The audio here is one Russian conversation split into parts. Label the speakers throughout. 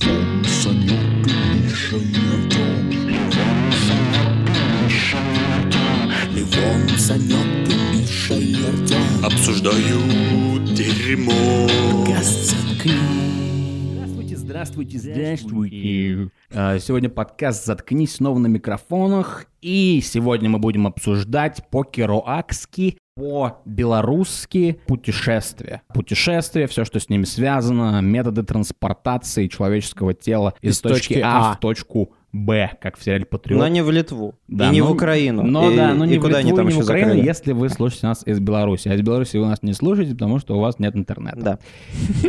Speaker 1: Левон, Санек и Миша Евдом. Левон, Санек и Миша Евдом. Обсуждают дерьмо.
Speaker 2: Здравствуйте, здравствуйте, здравствуйте. А, Сегодня подкаст «Заткнись» снова на микрофонах. И сегодня мы будем обсуждать по-керуакски, по-белорусски путешествия. Путешествия, все, что с ними связано, методы транспортации человеческого тела из,
Speaker 3: Из
Speaker 2: точки,
Speaker 3: точки
Speaker 2: А
Speaker 3: А.
Speaker 2: в точку Б, как в сериале «Патриот».
Speaker 3: Но не в Литву.
Speaker 2: Да,
Speaker 3: и не
Speaker 2: ну-
Speaker 3: в Украину.
Speaker 2: Но
Speaker 3: и,
Speaker 2: да, но не
Speaker 3: и
Speaker 2: в
Speaker 3: куда
Speaker 2: Литву,
Speaker 3: они там
Speaker 2: не в
Speaker 3: еще
Speaker 2: Украину,
Speaker 3: закрыли.
Speaker 2: если вы слушаете нас из Беларуси. А из Беларуси вы нас не слушаете, потому что у вас нет интернета.
Speaker 3: Да.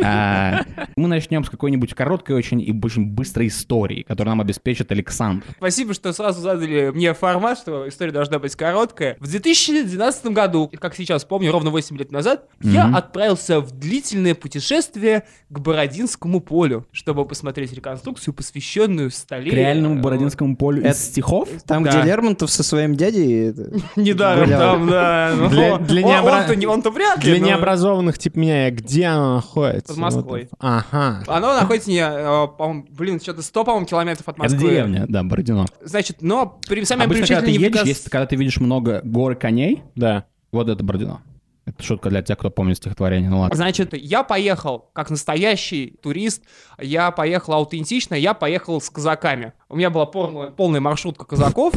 Speaker 2: А, Мы начнем с какой-нибудь короткой очень и очень быстрой истории, которую нам обеспечит Александр.
Speaker 4: Спасибо, что сразу задали мне формат, что история должна быть короткая. В 2012 году, как сейчас помню, ровно 8 лет назад, я
Speaker 2: Мгм.
Speaker 4: отправился в длительное путешествие к Бородинскому полю, чтобы посмотреть реконструкцию, посвященную
Speaker 2: К
Speaker 4: столе.
Speaker 2: реальному
Speaker 4: э,
Speaker 2: Бородинскому полю
Speaker 3: Это-
Speaker 2: из стихов?
Speaker 3: Там,
Speaker 4: Да.
Speaker 3: где Лермонтов со своим дядей... э, это-
Speaker 4: Недаром
Speaker 3: Гулял.
Speaker 4: там, да. ну,
Speaker 5: Для- для
Speaker 4: он-
Speaker 5: необра-
Speaker 4: он-то не- Он-то вряд ли.
Speaker 5: Для
Speaker 4: но-
Speaker 5: необразованных типа меня, где она находится?
Speaker 4: Под Москвой.
Speaker 5: Вот это. Ага.
Speaker 4: Оно находится, не, э, по-моему, блин, что-то 100, по-моему, километров от
Speaker 2: Это
Speaker 4: Москвы.
Speaker 2: деревня, да, Бородино.
Speaker 4: Значит, но при, сами
Speaker 2: Обычно, когда ты
Speaker 4: примечательные
Speaker 2: едешь,
Speaker 4: как раз-
Speaker 2: если- когда ты видишь много гор и коней,
Speaker 5: Да.
Speaker 2: вот это Бородино. Это шутка для тех, кто помнит стихотворение. Ну ладно.
Speaker 4: А Значит, я поехал как настоящий турист, я поехал аутентично, я поехал с казаками. У меня была порно- полная маршрутка казаков.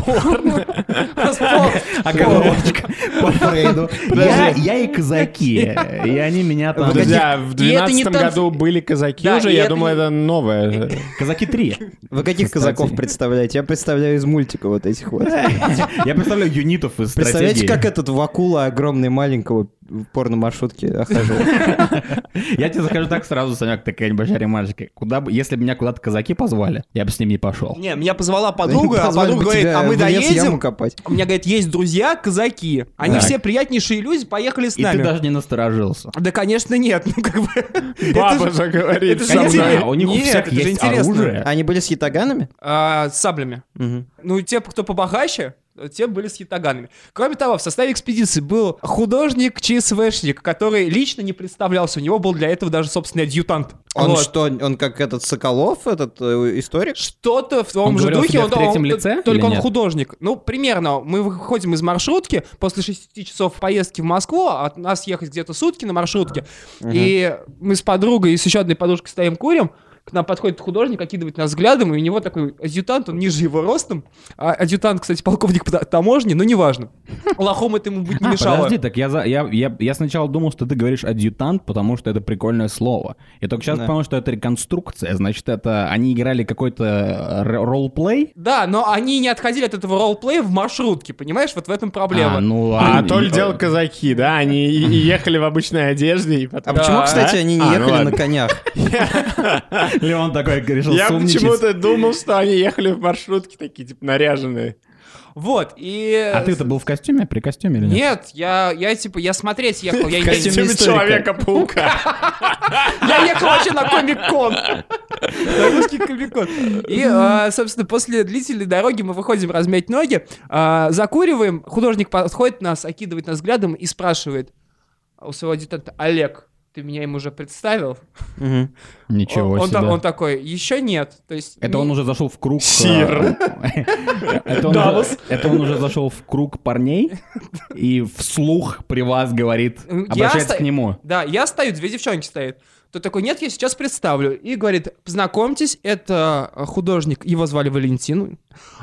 Speaker 4: А
Speaker 2: По Фрейду. Я я и казаки, э, и они меня там...
Speaker 5: Друзья, в
Speaker 4: И это не
Speaker 5: 12
Speaker 4: танц-
Speaker 5: году были казаки
Speaker 4: Да,
Speaker 5: уже,
Speaker 4: и
Speaker 5: я
Speaker 4: это
Speaker 5: думал,
Speaker 4: не-
Speaker 5: это новое.
Speaker 2: Казаки три.
Speaker 3: Вы каких
Speaker 2: Кстати.
Speaker 3: казаков представляете? Я представляю из мультика вот этих вот.
Speaker 2: Я представляю юнитов из
Speaker 3: Представляете,
Speaker 2: стратегии.
Speaker 3: как этот Вакула огромный маленького в порно-маршрутке охаживал?
Speaker 2: Я тебе скажу так сразу, Санек, ты какая небольшая ремарочка. Куда бы, если бы меня куда-то казаки позвали, я бы с ними не пошел.
Speaker 4: Не, меня позвала подруга, а
Speaker 3: Позвали
Speaker 4: подруга
Speaker 3: бы
Speaker 4: говорит,
Speaker 3: тебя
Speaker 4: а мы
Speaker 3: в лес яму
Speaker 4: доедем.
Speaker 3: копать.
Speaker 4: У меня, говорит, есть друзья казаки. Они
Speaker 2: Так.
Speaker 4: все приятнейшие люди, поехали с
Speaker 2: И ты
Speaker 4: нами.
Speaker 2: даже не насторожился.
Speaker 4: Да, конечно, нет. Ну, как бы... это
Speaker 5: Баба
Speaker 4: же-
Speaker 5: же говорит
Speaker 4: это же
Speaker 5: со
Speaker 4: не
Speaker 5: мной.
Speaker 4: тебе.
Speaker 2: А у них у
Speaker 4: Нет,
Speaker 2: всех
Speaker 4: это же
Speaker 2: есть
Speaker 4: интересно.
Speaker 2: оружие.
Speaker 3: Они были с ятаганами?
Speaker 4: А, с саблями.
Speaker 3: Мгм.
Speaker 4: Ну, те, кто побогаче, те были с ятаганами. Кроме того, в составе экспедиции был художник ЧСВшник, который лично не представлялся. У него был для этого даже собственный адъютант.
Speaker 3: Он
Speaker 4: Вот.
Speaker 3: что, он как этот Соколов, этот э, историк?
Speaker 4: Что-то в том
Speaker 2: Он
Speaker 4: же
Speaker 2: говорил
Speaker 4: духе,
Speaker 2: себе в
Speaker 4: он-
Speaker 2: третьем
Speaker 4: он-
Speaker 2: лице
Speaker 4: только
Speaker 2: или
Speaker 4: он
Speaker 2: нет?
Speaker 4: художник. Ну, примерно, мы выходим из маршрутки после 6 часов поездки в Москву, а от нас ехать где-то сутки на маршрутке, и мы с подругой и с еще одной подружкой стоим курим, к нам подходит художник, окидывает нас взглядом, и у него такой адъютант, он ниже его ростом. А адъютант, кстати, полковник по та- таможни, но неважно. Лохом это ему быть не
Speaker 2: А,
Speaker 4: мешало.
Speaker 2: подожди, так я, за- я, я, я сначала думал, что ты говоришь адъютант, потому что это прикольное слово. Я только сейчас
Speaker 3: Да.
Speaker 2: понял, что это реконструкция, значит, это они играли какой-то р- ролл-плей?
Speaker 4: Да, но они не отходили от этого роллплея в маршрутке, понимаешь? Вот в этом проблема.
Speaker 2: А, ну
Speaker 5: А
Speaker 2: ладно.
Speaker 5: то ли дело казаки, да, они и- и ехали в обычной одежде, и
Speaker 3: А
Speaker 5: потом...
Speaker 3: почему,
Speaker 4: Да.
Speaker 3: кстати, они не
Speaker 5: А, ну
Speaker 3: ехали на
Speaker 5: ладно.
Speaker 3: конях?
Speaker 2: Леон такой решил
Speaker 5: Я
Speaker 2: сумничать.
Speaker 5: почему-то думал, что они ехали в маршрутке такие, типа, наряженные.
Speaker 4: Вот, и...
Speaker 2: А ты-то был в костюме, при костюме или нет?
Speaker 4: Нет, я, я типа, я смотреть ехал, я,
Speaker 5: В
Speaker 4: не-
Speaker 5: костюме
Speaker 3: историка.
Speaker 5: Человека-паука.
Speaker 4: я ехал вообще на комик-кон. На русский комик-кон. И, а, собственно, после длительной дороги мы выходим размять ноги, а, закуриваем, художник подходит нас, окидывает нас взглядом и спрашивает а у своего адъютанта, Олег, ты меня им уже представил?
Speaker 3: Мгм.
Speaker 2: Ничего
Speaker 4: он, он
Speaker 2: себе.
Speaker 4: та- он такой, еще нет. То есть,
Speaker 2: Это
Speaker 4: не-
Speaker 2: он уже зашел в круг... э,
Speaker 5: Сир.
Speaker 2: Это он, уже,
Speaker 5: Давос.
Speaker 2: это он уже зашел в круг парней и вслух при вас говорит,
Speaker 4: Я
Speaker 2: обращается
Speaker 4: ста-
Speaker 2: к нему.
Speaker 4: Да, я стою, две девчонки стоят. Тот такой, нет, я сейчас представлю. И говорит, познакомьтесь, это э, художник, его звали Валентин.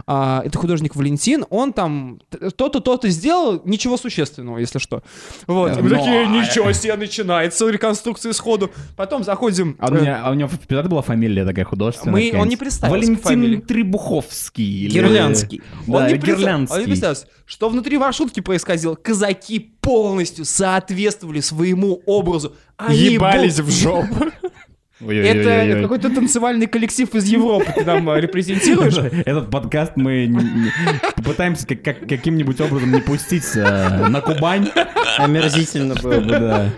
Speaker 4: А, это художник Валентин, он там т- то-то, то-то сделал, ничего существенного, если что. Вот.
Speaker 2: Да,
Speaker 4: И мы
Speaker 2: ну,
Speaker 4: такие,
Speaker 2: а-
Speaker 4: ничего себе, начинается реконструкция сходу. Потом заходим...
Speaker 2: А у,
Speaker 4: э,
Speaker 2: меня, а у него всегда была фамилия такая художественная.
Speaker 4: Мы- он не
Speaker 2: какая-нибудь?
Speaker 4: представился по фамилии.
Speaker 2: Валентин Требуховский. или-
Speaker 3: Гирлянский.
Speaker 2: Да,
Speaker 4: он не
Speaker 2: или
Speaker 4: представ-
Speaker 2: Гирлянский.
Speaker 4: Он не представился, что внутри маршрутки происходило. Казаки полностью соответствовали своему образу. Они
Speaker 5: Ебались в жопу.
Speaker 4: Это
Speaker 2: Ой-ой-ой-ой.
Speaker 4: какой-то танцевальный коллектив из Европы ты нам э, репрезентируешь.
Speaker 2: Этот подкаст мы не- не- попытаемся как- как- каким-нибудь образом не пустить э, на Кубань.
Speaker 3: Омерзительно было бы.
Speaker 2: Да.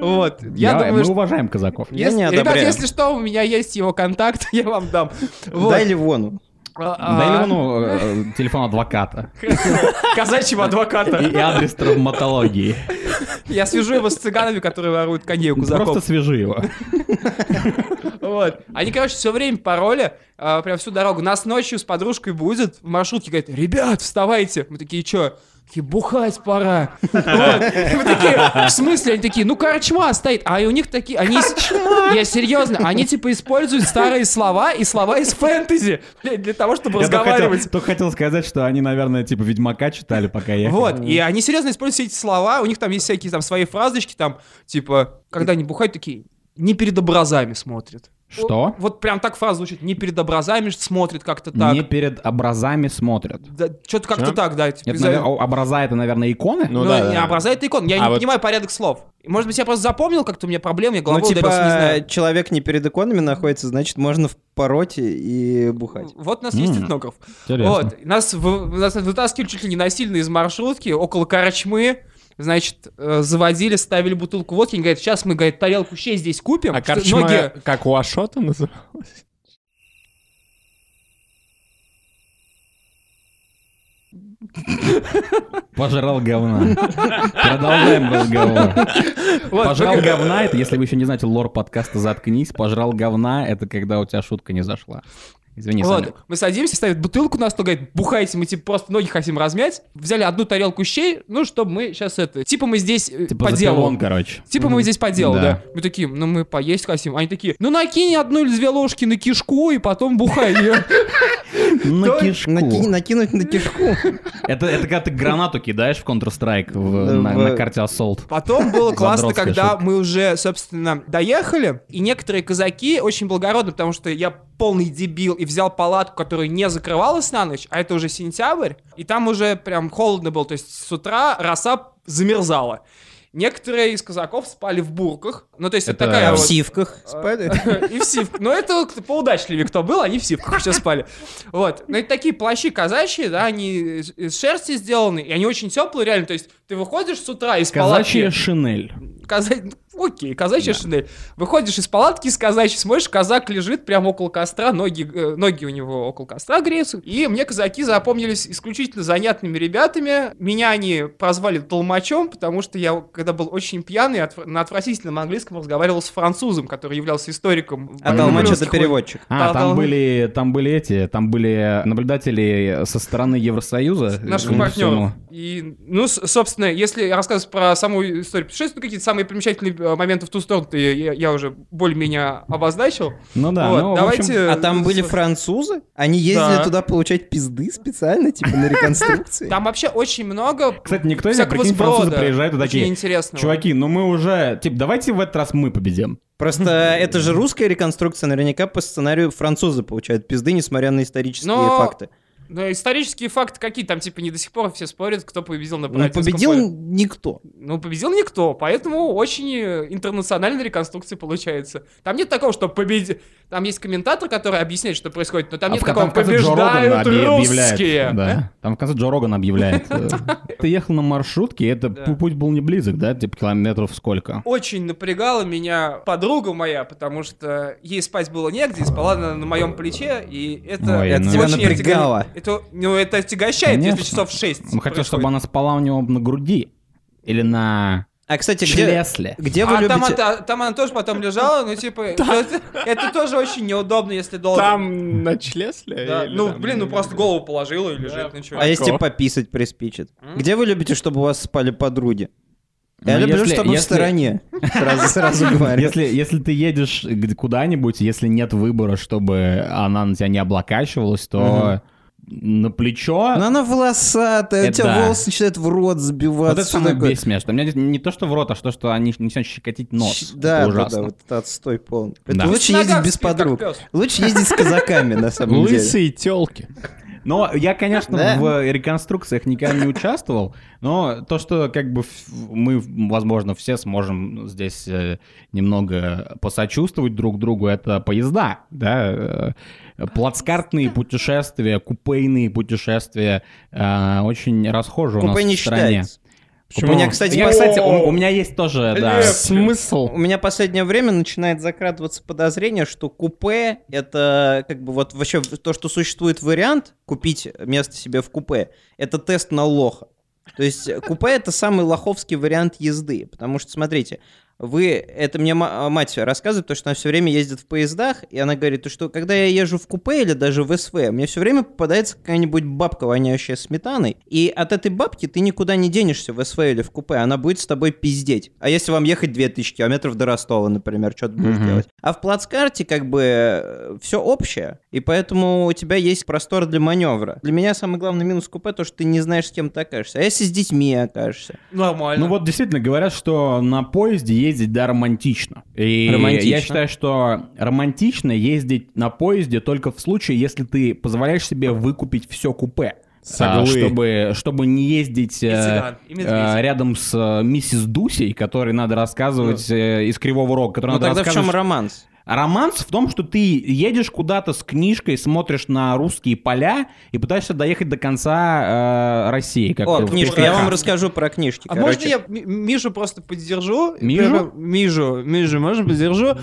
Speaker 4: Вот. Я
Speaker 2: Я- Мы
Speaker 4: думаю, что...
Speaker 2: уважаем казаков.
Speaker 3: Я
Speaker 4: если-
Speaker 3: не
Speaker 4: Ребят,
Speaker 3: одобряю.
Speaker 4: если что, у меня есть его контакт, я вам дам. Вот.
Speaker 3: Дай Ливону.
Speaker 4: А, а,
Speaker 2: Дай Ливану э, э, телефон адвоката
Speaker 4: Казачьего
Speaker 2: и
Speaker 4: адвоката.
Speaker 2: и адрес травматологии.
Speaker 4: Я свяжу его с цыганами, которые воруют коней у
Speaker 2: Просто
Speaker 4: казаков.
Speaker 2: свяжи его.
Speaker 4: Вот. Они, короче, все время пароли, а, прям всю дорогу. Нас ночью с подружкой будет в маршрутке, говорит, ребят, вставайте. Мы такие, что? Такие, бухать пора. Вот. И Мы такие, в смысле? Они такие, ну корчма стоит. А и у них такие, они... Я серьезно, они типа используют старые слова и слова из фэнтези. блядь, Для того, чтобы
Speaker 6: Я только хотел,
Speaker 4: разговаривать.
Speaker 6: только хотел сказать, что они, наверное, типа Ведьмака читали, пока я
Speaker 4: Вот, и они серьезно используют все эти слова, у них там есть всякие там свои фразочки, там, типа, когда они бухают, такие, не перед образами смотрят.
Speaker 2: Что?
Speaker 4: Вот, вот прям так фраза звучит, не перед образами смотрят как-то так.
Speaker 2: Не перед образами смотрят.
Speaker 4: что-то как-то так, да. типа,
Speaker 2: Это,
Speaker 4: из-за-
Speaker 2: навер- о- образа это, наверное, иконы?
Speaker 5: Ну
Speaker 4: Ну,
Speaker 5: да,
Speaker 4: не
Speaker 5: да.
Speaker 4: образа это икон. Я
Speaker 5: А
Speaker 4: не
Speaker 5: вот-
Speaker 4: понимаю порядок слов. Может быть, я просто запомнил как-то, у меня проблемы, я
Speaker 3: Ну,
Speaker 4: головой
Speaker 3: типа,
Speaker 4: ударился, не знаю.
Speaker 3: человек не перед иконами находится, значит, можно в пороте и бухать.
Speaker 4: Вот у нас есть
Speaker 2: М.
Speaker 4: этнограф.
Speaker 6: Интересно.
Speaker 4: Вот, нас, вы- нас вытаскивали чуть ли не насильно из маршрутки, около корчмы, значит, э, заводили, ставили бутылку водки, они говорят, сейчас мы, говорит, тарелку щей здесь купим,
Speaker 5: А
Speaker 4: что
Speaker 5: корчма
Speaker 4: ноги
Speaker 5: как у Ашота называлась?
Speaker 2: Пожрал говна. Продолжаем разговор.
Speaker 4: Вот,
Speaker 2: Пожрал
Speaker 4: вы-
Speaker 2: говна, это если вы еще не знаете лор подкаста «Заткнись», пожрал говна, это когда у тебя шутка не зашла. Извини,
Speaker 4: Вот,
Speaker 2: Саня.
Speaker 4: мы садимся, ставят бутылку на стол, говорит, бухайте, мы типа просто ноги хотим размять. Взяли одну тарелку щей, ну, чтобы мы сейчас это... Типа мы здесь э,
Speaker 2: Типа
Speaker 4: по делу.
Speaker 2: запилон, короче.
Speaker 4: Типа мы здесь по делу,
Speaker 2: Да.
Speaker 4: да. Мы такие, ну мы поесть хотим. Они такие, ну накинь одну или две ложки на кишку и потом бухай ее.
Speaker 2: На
Speaker 4: То-
Speaker 2: кишку.
Speaker 3: Наки- накинуть на кишку.
Speaker 2: Это, это когда ты гранату кидаешь в Counter-Strike в- на,
Speaker 3: В-
Speaker 2: на карте Assault.
Speaker 4: Потом было классно,
Speaker 2: Задротская
Speaker 4: когда
Speaker 2: шутка.
Speaker 4: мы уже, собственно, доехали, и некоторые казаки очень благородно, потому что я полный дебил и взял палатку, которая не закрывалась на ночь, а это уже сентябрь, и там уже прям холодно было, то есть с утра роса замерзала. Некоторые из казаков спали в бурках, ну то есть это,
Speaker 2: Это
Speaker 4: такая
Speaker 3: А В
Speaker 4: вот... э,
Speaker 3: сивках спали.
Speaker 4: И в сивках. Но это кто- поудачливее кто был, они в сивках все спали. Вот. Ну, это такие плащи казачьи, да, они из из шерсти сделаны, и они очень теплые, реально. То есть ты выходишь с утра из
Speaker 2: Казачья
Speaker 4: палатки...
Speaker 2: шинель.
Speaker 4: Каза- ну, Окей, казачья шинель. Выходишь из палатки из казачьей, смотришь, казак лежит прямо около костра, ноги, э, ноги у него около костра греются. И мне казаки запомнились исключительно занятными ребятами. Меня они прозвали толмачом, потому что я, когда был очень пьяный, отв- на отвратительном английском разговаривал с французом, который являлся историком.
Speaker 3: А Толмач это
Speaker 4: русских войн.
Speaker 3: переводчик.
Speaker 2: А,
Speaker 4: Да,
Speaker 2: там
Speaker 4: да.
Speaker 2: были, там были эти, там были наблюдатели со стороны Евросоюза.
Speaker 4: наших
Speaker 2: Этому
Speaker 4: партнеров.
Speaker 2: всему.
Speaker 4: И, ну, с- собственно, если рассказывать про саму историю путешествия, ну, какие-то самые примечательные э, моменты в ту сторону я, я- я уже более-менее обозначил.
Speaker 2: Ну да,
Speaker 4: Вот,
Speaker 2: ну, в общем,
Speaker 4: давайте...
Speaker 3: А там были
Speaker 4: с-
Speaker 3: французы? Они ездили
Speaker 4: Да.
Speaker 3: туда получать пизды специально, типа на реконструкции?
Speaker 4: Там вообще очень много
Speaker 6: Кстати, никто не
Speaker 4: всякого
Speaker 6: прикинь, французы
Speaker 4: сброда.
Speaker 6: приезжают и
Speaker 4: Очень
Speaker 6: такие,
Speaker 4: интересного.
Speaker 6: чуваки, ну мы уже, типа, давайте в этот раз мы победим.
Speaker 3: Просто это же русская реконструкция, наверняка по сценарию французы получают пизды, несмотря на исторические
Speaker 4: Но
Speaker 3: факты.
Speaker 4: Но исторические факты какие? Там, типа, не до сих пор все спорят, кто победил на
Speaker 3: Но
Speaker 4: Бородинском
Speaker 3: Ну, победил
Speaker 4: поле.
Speaker 3: никто.
Speaker 4: Ну, победил никто, поэтому очень э, интернациональная реконструкция получается. Там нет такого, что победил... Там есть комментатор, который объясняет, что происходит, но
Speaker 2: А
Speaker 4: там нет
Speaker 2: в-
Speaker 4: такого,
Speaker 2: там в конце Джо Роган
Speaker 4: побеждают
Speaker 2: объ-
Speaker 4: русские.
Speaker 2: объявляет. Да. Там в конце Джо Роган объявляет. э, Ты ехал на маршрутке, это
Speaker 4: Да.
Speaker 2: пу- путь был не близок, да? Типа километров сколько?
Speaker 4: Очень напрягала меня подруга моя, потому что ей спать было негде, и спала она на моем плече, и это...
Speaker 2: Ой,
Speaker 4: это
Speaker 2: ну
Speaker 4: очень
Speaker 3: это напрягало.
Speaker 4: отяга- Это, ну, это отягощает,
Speaker 2: Конечно.
Speaker 4: если часов 6
Speaker 2: Он хотел, чтобы она спала у него на груди. Или на
Speaker 3: А, кстати, где,
Speaker 2: чресле.
Speaker 3: где вы
Speaker 4: а там,
Speaker 3: любите...
Speaker 4: это- там она тоже потом лежала, ну типа, это, это тоже очень неудобно, если долго.
Speaker 5: Там на чресле?
Speaker 4: Да,
Speaker 5: или
Speaker 4: Ну,
Speaker 5: там-
Speaker 4: блин, ну просто голову положила и лежит, ну чё.
Speaker 3: А если
Speaker 5: Какого?
Speaker 3: пописать приспичит?
Speaker 4: М?
Speaker 3: Где вы любите, чтобы у вас спали подруги? Я
Speaker 2: Ну,
Speaker 3: люблю,
Speaker 2: если-
Speaker 3: чтобы в
Speaker 2: если-
Speaker 3: стороне. Сразу, сразу говорю.
Speaker 2: Если, если ты едешь г- куда-нибудь, если нет выбора, чтобы она на тебя не облокачивалась, то на плечо...
Speaker 3: Но Ну, она волосатая, у
Speaker 2: Это
Speaker 3: тебя
Speaker 2: да.
Speaker 3: волосы начинают в рот сбиваться.
Speaker 2: Вот это
Speaker 3: всё
Speaker 2: самое
Speaker 3: такое.
Speaker 2: бесмешное. Что У меня здесь не то, что в рот, а что, что они начинают щекотить нос.
Speaker 3: Щ- Да,
Speaker 2: это
Speaker 3: да,
Speaker 2: ужасно.
Speaker 3: да, вот это отстой полный.
Speaker 2: Да.
Speaker 3: Это лучше
Speaker 4: На
Speaker 3: ездить
Speaker 4: ногах
Speaker 3: без
Speaker 4: спит, как
Speaker 3: подруг.
Speaker 4: пёс.
Speaker 3: Лучше ездить с казаками, на самом деле.
Speaker 5: Лысые телки.
Speaker 2: Но я, конечно,
Speaker 3: Да?
Speaker 2: в реконструкциях никогда не участвовал, но то, что как бы ф- мы, возможно, все сможем здесь э, немного посочувствовать друг другу, это поезда, да, э, плацкартные путешествия, купейные путешествия, э, очень расхожи у нас
Speaker 3: Купе не
Speaker 2: в стране.
Speaker 3: считается. У меня, кстати,
Speaker 2: Я,
Speaker 3: пос-
Speaker 2: кстати, у, у меня есть тоже, да.
Speaker 5: Смысл?
Speaker 3: у меня последнее время начинает закрадываться подозрение, что купе — это как бы вот вообще то, что существует вариант купить место себе в купе, это тест на лоха. То есть э, купе — это самый лоховский вариант езды, потому что, смотрите, Вы, это мне ма- а, мать рассказывает, потому что она все время ездит в поездах, и она говорит, то, что когда я езжу в купе или даже в СВ, мне все время попадается какая-нибудь бабка, воняющая сметаной, и от этой бабки ты никуда не денешься в СВ или в купе, она будет с тобой пиздеть. А если вам ехать 2000 километров до Ростова, например, что ты будешь
Speaker 2: Мгм.
Speaker 3: делать? А в плацкарте как бы все общее, и поэтому у тебя есть простор для маневра. Для меня самый главный минус купе то, что ты не знаешь, с кем ты окажешься. А если с детьми окажешься?
Speaker 4: Нормально.
Speaker 2: Ну вот действительно говорят, что на поезде ездить, да, романтично. И
Speaker 3: Романтично.
Speaker 2: я считаю, что романтично ездить на поезде только в случае, если ты позволяешь себе выкупить все купе. А,
Speaker 5: Соглы.
Speaker 2: чтобы, чтобы не ездить
Speaker 4: И
Speaker 2: э,
Speaker 4: цыган, и медведь.
Speaker 2: э, рядом с э, миссис Дусей, которой надо рассказывать э, из Кривого Рога, которой
Speaker 3: Ну
Speaker 2: надо
Speaker 3: тогда в чем
Speaker 2: рассказывать...
Speaker 3: романс?
Speaker 2: Романс в том, что ты едешь куда-то с книжкой, смотришь на русские поля и пытаешься доехать до конца э, России. Как
Speaker 3: О,
Speaker 2: ты в
Speaker 3: книжка, я
Speaker 2: «Титанах».
Speaker 3: вам расскажу про книжки.
Speaker 4: А
Speaker 3: короче.
Speaker 4: можно я Ми- Мишу просто поддержу?
Speaker 2: Мижу?
Speaker 4: Мижу, Мижу, можно поддержу?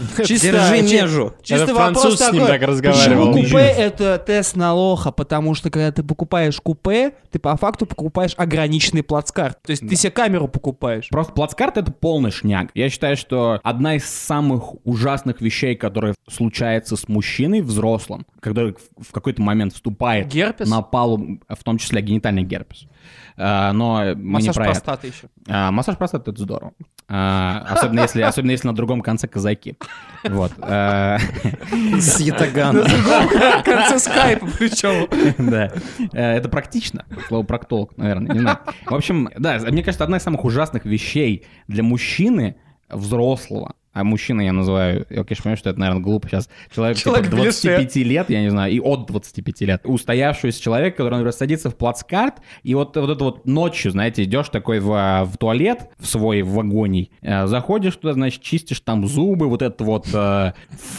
Speaker 4: Чисто-
Speaker 3: Держи
Speaker 4: чи-
Speaker 3: межу.
Speaker 4: Чисто
Speaker 5: Это
Speaker 4: вопрос
Speaker 5: француз с
Speaker 4: такой.
Speaker 5: ним так разговаривал.
Speaker 4: Почему
Speaker 5: Мижу.
Speaker 4: купе это тест на лоха? Потому что когда ты покупаешь купе, ты по факту покупаешь ограниченный плацкарт. То есть ты себе камеру покупаешь.
Speaker 2: Просто плацкарт это полный шняк. Я считаю, что одна из самых ужасных вещей, которая случается с мужчиной взрослым, когда в в какой-то момент вступает
Speaker 4: Герпес?
Speaker 2: на палубу, в том числе генитальный герпес. А, Но мы не
Speaker 4: Массаж
Speaker 2: про это.
Speaker 4: простаты еще.
Speaker 2: А, массаж простаты это здорово. А, особенно, если, особенно если на другом конце казаки. Вот. А,
Speaker 3: С Ятагана.
Speaker 4: В конце скайпа причем.
Speaker 2: Да. Э, Это практично. Слово проктолог, наверное, не знаю. В общем, да, мне кажется, одна из самых ужасных вещей для мужчины взрослого, а мужчина я называю, я, конечно, понимаю, что это, наверное, глупо сейчас, человек, типа,
Speaker 4: Человек в лесе.
Speaker 2: 25 лет, я не знаю, и от 25 лет, устоявшийся человек, который, например, садится в плацкарт, и вот, вот это вот ночью, знаете, идешь такой в, а, в туалет, в свой вагоний, э, заходишь туда, значит, чистишь там зубы, вот этот вот э,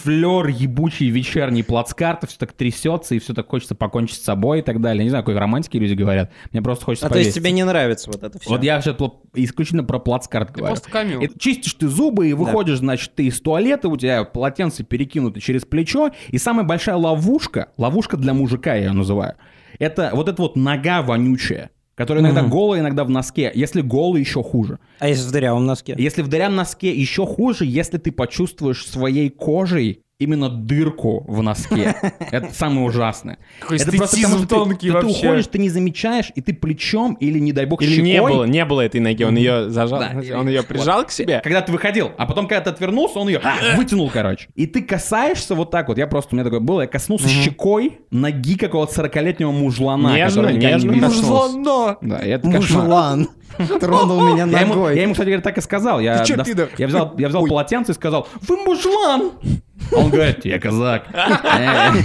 Speaker 2: флер ебучий вечерний плацкарта, все так трясется, и все так хочется покончить с собой и так далее. Не знаю, какой романтики люди говорят, мне просто хочется
Speaker 3: А то есть
Speaker 2: повеситься.
Speaker 3: тебе не нравится вот это все?
Speaker 2: Вот я сейчас исключительно про плацкарт
Speaker 4: Ты
Speaker 2: говорю.
Speaker 4: просто камеру.
Speaker 2: И чистишь ты зубы и выходишь, значит, ты из туалета, у тебя полотенце перекинуто через плечо. И самая большая ловушка, ловушка для мужика, я ее называю, это вот эта вот нога вонючая, которая иногда голая, иногда в носке. Если голый, еще хуже.
Speaker 3: А если в дырявом носке?
Speaker 2: Если в дырявом носке, еще хуже, если ты почувствуешь своей кожей именно дырку в носке. Это самое ужасное.
Speaker 4: Какой
Speaker 2: Это просто
Speaker 4: эстетизм
Speaker 2: потому, что ты-
Speaker 4: тонкий
Speaker 2: ты- ты
Speaker 4: вообще.
Speaker 2: уходишь, ты не замечаешь, и ты плечом или, не дай бог,
Speaker 5: Или не
Speaker 2: щекой
Speaker 5: было, не было этой ноги, он ее зажал,
Speaker 2: Да, или-
Speaker 5: он ее прижал к себе.
Speaker 2: когда ты выходил, а потом, когда ты отвернулся, он ее вытянул, короче. А. И ты касаешься вот так вот. Я просто, у меня такое было, я коснулся щекой ноги какого-то 40-летнего мужлана.
Speaker 5: Нежно,
Speaker 2: который никогда
Speaker 5: нежно.
Speaker 2: не прикоснулся.
Speaker 4: Мужлоно!
Speaker 2: Да, и это кошмар.
Speaker 3: Мужлан тронул меня
Speaker 2: Я ему, я
Speaker 3: ногой.
Speaker 2: ему, кстати говоря, так и сказал. Я,
Speaker 4: Ты чё,
Speaker 2: дос-
Speaker 4: пидор?
Speaker 2: я взял, я взял полотенце и сказал, вы мужлан! А он говорит, я казак.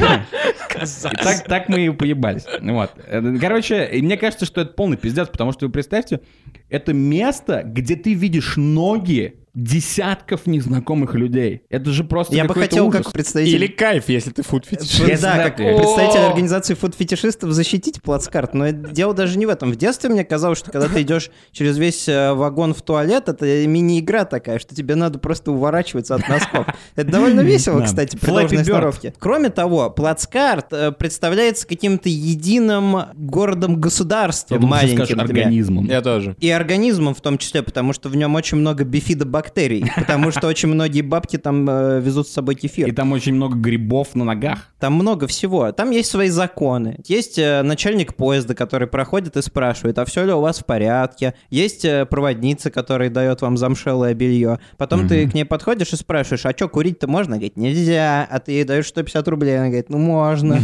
Speaker 2: И так, так мы и поебались. Ну Вот. Э, Короче, и мне кажется, что это полный пиздец, потому что вы представьте, это место, где ты видишь ноги десятков незнакомых людей. Это же просто
Speaker 3: Я бы
Speaker 2: какой-то
Speaker 3: хотел,
Speaker 2: ужас.
Speaker 3: как представитель...
Speaker 5: Или кайф, если ты фуд фетишист.
Speaker 3: Фу- Да, как
Speaker 2: Представитель.
Speaker 3: представитель организации фуд-фетишистов защитить плацкарт. Но это дело даже не в этом. В детстве мне казалось, что когда ты идешь через весь э, вагон в туалет, это мини-игра такая, что тебе надо просто уворачиваться от носков. Это довольно весело,
Speaker 2: Да.
Speaker 3: кстати, при
Speaker 2: Flappy
Speaker 3: должной
Speaker 2: Bird.
Speaker 3: сноровке. Кроме того, плацкарт э, представляется каким-то единым
Speaker 2: Я
Speaker 3: городом-государством
Speaker 2: думал, ты скажешь,
Speaker 3: маленьким. для меня.
Speaker 2: организмом.
Speaker 5: Я тоже.
Speaker 3: И организмом в том числе, потому что в нем очень много бифидобактерий, потому что очень многие бабки там э, везут с собой
Speaker 2: И
Speaker 3: кефир.
Speaker 2: там очень много грибов на ногах.
Speaker 3: Там много всего. Там есть свои законы. Есть э, начальник поезда, который проходит и спрашивает, а все ли у вас в порядке. Есть э, проводница, которая дает вам замшелое белье. Потом ты к ней подходишь и спрашиваешь, а что, курить-то можно? Она Говорит, нельзя. А ты ей даешь 150 рублей. Она говорит, ну можно.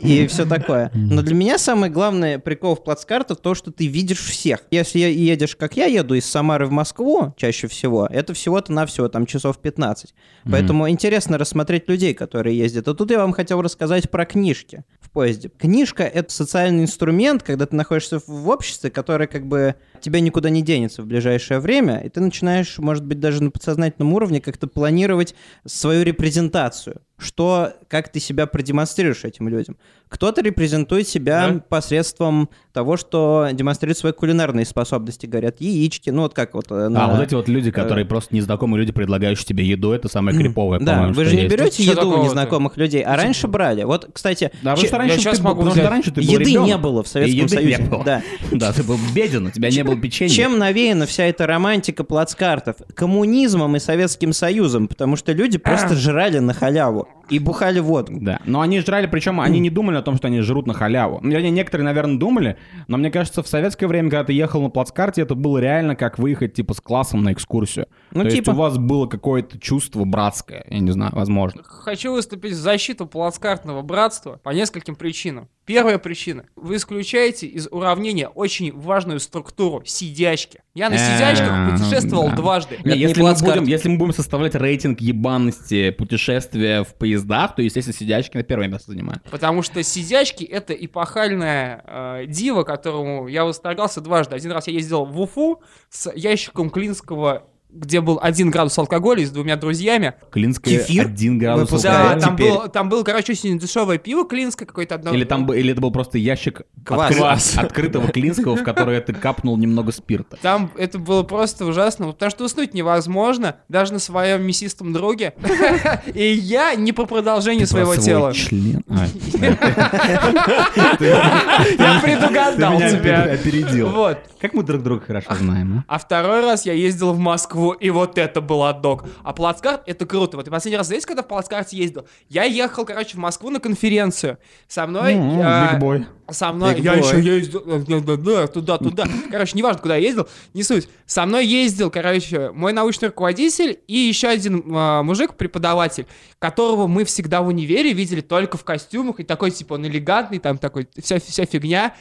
Speaker 3: И все такое. Но для меня самый главный прикол в плацкартах то, что ты видишь всех. Если е- едешь, как я еду, из Самары в Москву чаще всего, это всего-то на всего там часов 15. Поэтому интересно рассмотреть людей, которые ездят. А тут я вам хотел рассказать про книжки в поезде. Книжка — это социальный инструмент, когда ты находишься в- в обществе, которое как бы тебя никуда не денется в ближайшее время, и ты начинаешь, может быть, даже на подсознательном уровне как-то планировать свою репрезентацию. что, как ты себя продемонстрируешь этим людям. Кто-то репрезентует себя
Speaker 4: Да.
Speaker 3: посредством того, что демонстрирует свои кулинарные способности, говорят, яички, ну вот как вот. э, на-
Speaker 7: А вот эти вот люди, которые просто незнакомые люди, предлагающие тебе еду, это самое криповое,
Speaker 3: Да,
Speaker 7: по-моему,
Speaker 3: вы
Speaker 7: что
Speaker 3: же не
Speaker 7: есть.
Speaker 3: берете
Speaker 4: Чё
Speaker 3: еду у
Speaker 4: такого-то?
Speaker 3: незнакомых людей, а раньше брали. Вот, кстати,
Speaker 2: Да, потому
Speaker 3: че-
Speaker 2: что раньше
Speaker 4: я щас
Speaker 2: ты был-
Speaker 4: могу
Speaker 2: потому что
Speaker 4: взять.
Speaker 2: раньше ты был
Speaker 3: еды не
Speaker 2: ребенок.
Speaker 3: было в Советском
Speaker 7: еды не
Speaker 3: Союзе.
Speaker 7: было.
Speaker 3: Да.
Speaker 7: Да, ты был беден, у тебя не было печенья.
Speaker 3: Чем навеяна вся эта романтика плацкартов? Коммунизмом и Советским Союзом, потому что люди просто жрали на халяву и бухали водку.
Speaker 2: Да, но они жрали, причем они не думали о том, что они жрут на халяву. Ну, вернее, некоторые, наверное, думали, но мне кажется, в советское время, когда ты ехал на плацкарте, это было реально как выехать, типа, с классом на экскурсию.
Speaker 3: Ну,
Speaker 2: То есть
Speaker 3: типа.
Speaker 2: у вас было какое-то чувство братское, я не знаю, возможно.
Speaker 4: Хочу выступить в защиту плацкартного братства по нескольким причинам. Первая причина. Вы исключаете из уравнения очень важную структуру сидячки. Я на
Speaker 2: Э,
Speaker 4: сидячках путешествовал
Speaker 2: да.
Speaker 4: дважды.
Speaker 2: Не,
Speaker 4: Это не
Speaker 2: если, мы
Speaker 4: плацкарт.
Speaker 2: будем, если мы будем составлять рейтинг ебаности путешествия в поездах, то, естественно, сидячки на первое место занимают.
Speaker 4: Потому что сидячки — это эпохальная э, дива, которому я восторгался дважды. Один раз я ездил в Уфу с ящиком Клинского, где был один градус алкоголя и с двумя друзьями.
Speaker 7: Клинская
Speaker 3: Кефир?
Speaker 7: один градус
Speaker 3: Выпускает
Speaker 2: а
Speaker 4: Да,
Speaker 7: алкоголя.
Speaker 4: там
Speaker 3: теперь.
Speaker 4: было, там было, короче, очень дешевое пиво Клинское какое-то одно.
Speaker 2: Или, там, бы- или это был просто ящик
Speaker 3: Квас.
Speaker 2: откры-
Speaker 5: Квас.
Speaker 2: открытого клинского, в который ты капнул немного спирта.
Speaker 4: Там это было просто ужасно, потому что уснуть невозможно, даже на своем мясистом друге. И я не по продолжению своего
Speaker 7: Про свой
Speaker 4: тела.
Speaker 7: член. А,
Speaker 4: Я предугадал
Speaker 2: Ты меня
Speaker 4: тебя.
Speaker 2: опер- опередил.
Speaker 4: Вот.
Speaker 2: Как мы друг друга хорошо знаем, а?
Speaker 4: А второй раз я ездил в Москву, и вот это был отдок. А плацкарт — это круто. Вот я последний раз здесь, когда в плацкарте ездил, я ехал, короче, в Москву на конференцию. Со мной...
Speaker 2: Ну, М-м,
Speaker 4: э, Со мной...
Speaker 3: Big
Speaker 4: Я
Speaker 3: boy.
Speaker 4: еще ездил... э, э, э, э, Туда, туда. Короче, неважно, куда я ездил, не суть. Со мной ездил, короче, мой научный руководитель и еще один э, мужик, преподаватель, которого мы всегда в универе видели только в костюмах, и такой, типа, он элегантный, там такой, вся, вся фигня.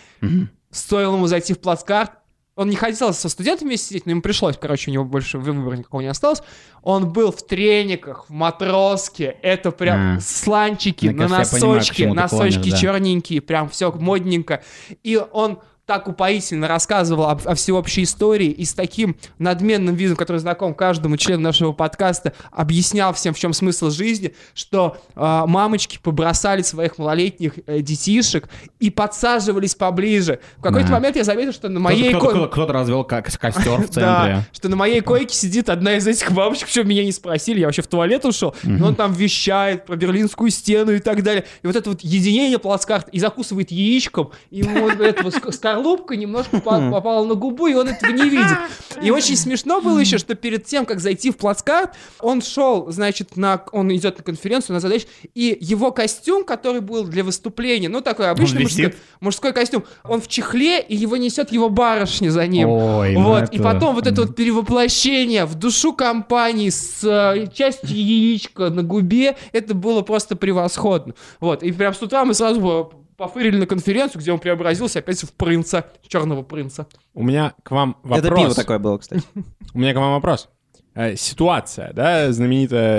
Speaker 4: Стоило ему зайти в плацкарт, он не хотел со студентами вместе сидеть, но ему пришлось, короче, у него больше выбора никакого не осталось. Он был в трениках, в матроске, это прям
Speaker 2: А.
Speaker 4: сланчики
Speaker 2: Мне
Speaker 4: на
Speaker 2: кажется, я понимаю, к
Speaker 4: носочке,
Speaker 2: чему ты
Speaker 4: носочки
Speaker 2: клонишь, да.
Speaker 4: черненькие, прям все модненько. И он так упоительно рассказывал об- о всеобщей истории и с таким надменным видом, который знаком каждому члену нашего подкаста, объяснял всем, в чем смысл жизни, что э, мамочки побросали своих малолетних э, детишек и подсаживались поближе. В какой-то
Speaker 2: Да.
Speaker 4: момент я заметил, что на
Speaker 2: Кто-то-
Speaker 4: моей
Speaker 2: кто-то,
Speaker 4: ко-
Speaker 2: кто-то- кто-то развел как костер в
Speaker 4: да,
Speaker 2: центре.
Speaker 4: что на моей койке сидит одна из этих бабочек, причем меня не спросили, я вообще в туалет ушел, но он там вещает про берлинскую стену и так далее. И вот это вот единение плацкарт и закусывает яичком, и ему вот эта вот ск- скорлупка немножко по- попала на губу, и он этого не видит. И очень смешно было еще, что перед тем, как зайти в плацкарт, он шел, значит, на, он идет на конференцию, на задачу, и его костюм, который был для выступления, ну такой обычный мужской,
Speaker 2: висит?
Speaker 4: мужской костюм, он в чехле, и его несет его барышня за ним.
Speaker 2: Ой, ну
Speaker 4: Вот,
Speaker 2: это-
Speaker 4: и потом вот это вот перевоплощение в душу компании с э, частью яичка на губе, это было просто превосходно. Вот, и прям с утра мы сразу по- пофырили на конференцию, где он преобразился опять в принца, черного принца.
Speaker 5: У меня к вам вопрос.
Speaker 3: Это пиво такое было, кстати.
Speaker 5: У меня к вам вопрос. Э, Ситуация, да, знаменитая,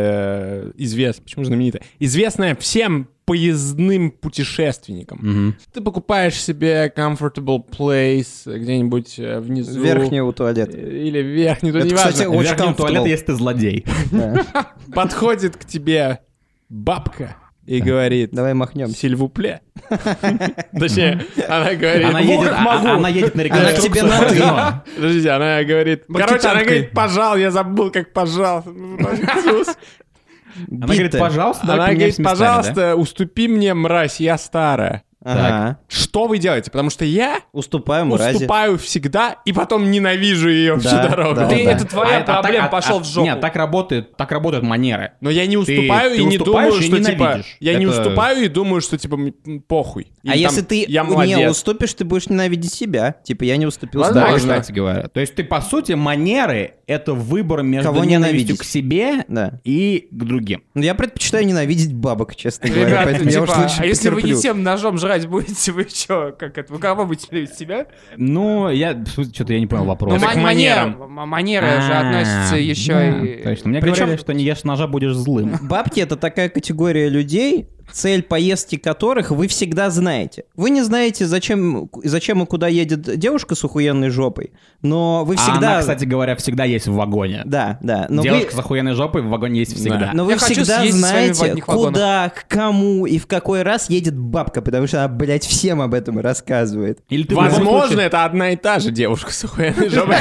Speaker 5: э, извест, почему знаменитая, известная всем поездным путешественникам.
Speaker 2: Мгм.
Speaker 5: Ты покупаешь себе comfortable place э, где-нибудь э, внизу.
Speaker 3: Верхнее у
Speaker 5: э,
Speaker 3: туалета.
Speaker 5: Или верхний, то
Speaker 3: Это,
Speaker 5: неважно.
Speaker 3: кстати,
Speaker 2: В
Speaker 3: Очень
Speaker 2: верхнем
Speaker 3: comfortable.
Speaker 2: туалете, если ты злодей.
Speaker 3: Да.
Speaker 5: Подходит к тебе бабка и говорит,
Speaker 3: Давай махнемся.
Speaker 5: сильвупле. Точнее, она говорит...
Speaker 2: Она едет, а- она едет на
Speaker 3: Она к
Speaker 2: реконструкцию.
Speaker 3: тебе на ты.
Speaker 5: Подождите, она говорит... Короче, она
Speaker 4: Бакетанкой.
Speaker 5: говорит, пожал, я забыл, как пожал. Она
Speaker 2: Она говорит,
Speaker 3: Бита.
Speaker 2: пожалуйста, давай
Speaker 5: говорит,
Speaker 2: поменяемся местами, да?
Speaker 5: пожалуйста, уступи мне, мразь, я старая.
Speaker 3: Ага.
Speaker 5: Что вы делаете? Потому что я
Speaker 3: Уступаем мрази.
Speaker 5: уступаю всегда и потом ненавижу ее всю
Speaker 3: Да,
Speaker 5: дорогу.
Speaker 3: да,
Speaker 5: Ты-
Speaker 4: Ты,
Speaker 3: да.
Speaker 4: это
Speaker 2: А-
Speaker 4: твоя
Speaker 2: а так-
Speaker 4: проблема,
Speaker 2: а-
Speaker 4: пошел
Speaker 2: а-
Speaker 4: в жопу.
Speaker 2: Нет, так работают, так работают манеры.
Speaker 5: Но я не
Speaker 2: Ты-
Speaker 5: уступаю
Speaker 2: ты
Speaker 5: и не
Speaker 2: уступаешь и
Speaker 5: думаю, что типа...
Speaker 2: ненавидишь.
Speaker 5: Я не
Speaker 2: Это-
Speaker 5: уступаю и думаю, что типа м, похуй. Или
Speaker 3: А
Speaker 5: там,
Speaker 3: если ты
Speaker 5: Я
Speaker 3: не
Speaker 5: молодец.
Speaker 3: уступишь, ты будешь ненавидеть себя. Типа, я не уступил.
Speaker 5: Ладно,
Speaker 3: сдавай.
Speaker 5: ладно.
Speaker 2: кстати говоря. То есть ты, по сути, манеры — это выбор между
Speaker 3: Кого
Speaker 2: ненавистью
Speaker 3: ненавидеть?
Speaker 2: к себе
Speaker 3: Да.
Speaker 2: и к другим.
Speaker 3: Ну, я предпочитаю ненавидеть бабок, честно говоря.
Speaker 4: Ребята,
Speaker 3: Поэтому я уж
Speaker 4: типа,
Speaker 3: лучше
Speaker 4: а если вы не
Speaker 3: потерплю.
Speaker 4: тем ножом жрать будете, вы что, как это, вы кого будете любить себя?
Speaker 2: Ну, я... Что-то я не понял вопрос.
Speaker 4: Ну,
Speaker 5: Это к
Speaker 4: ман-
Speaker 5: манерам.
Speaker 4: манера- м-
Speaker 2: А,
Speaker 4: манера же относится еще и...
Speaker 2: Точно. Мне
Speaker 3: А, Причём-
Speaker 2: говорили, что не ешь ножа, будешь злым. А
Speaker 3: Бабки — это такая категория людей, цель поездки которых вы всегда знаете. Вы не знаете, зачем, зачем и куда едет девушка с ухуенной жопой, но вы
Speaker 2: А
Speaker 3: всегда...
Speaker 2: она, кстати говоря, всегда есть в вагоне.
Speaker 3: Да, да. Но
Speaker 2: Девушка
Speaker 3: вы...
Speaker 2: с охуенной жопой в вагоне есть всегда.
Speaker 3: Но вы
Speaker 4: Я хочу
Speaker 3: всегда
Speaker 4: съездить с вами в
Speaker 3: знаете,
Speaker 4: одних вагонах.
Speaker 3: куда, к кому и в какой раз едет бабка, потому что она, блядь, всем об этом рассказывает.
Speaker 2: Или ты в любом
Speaker 5: Возможно,
Speaker 2: случае-
Speaker 5: это одна и та же девушка с охуенной жопой.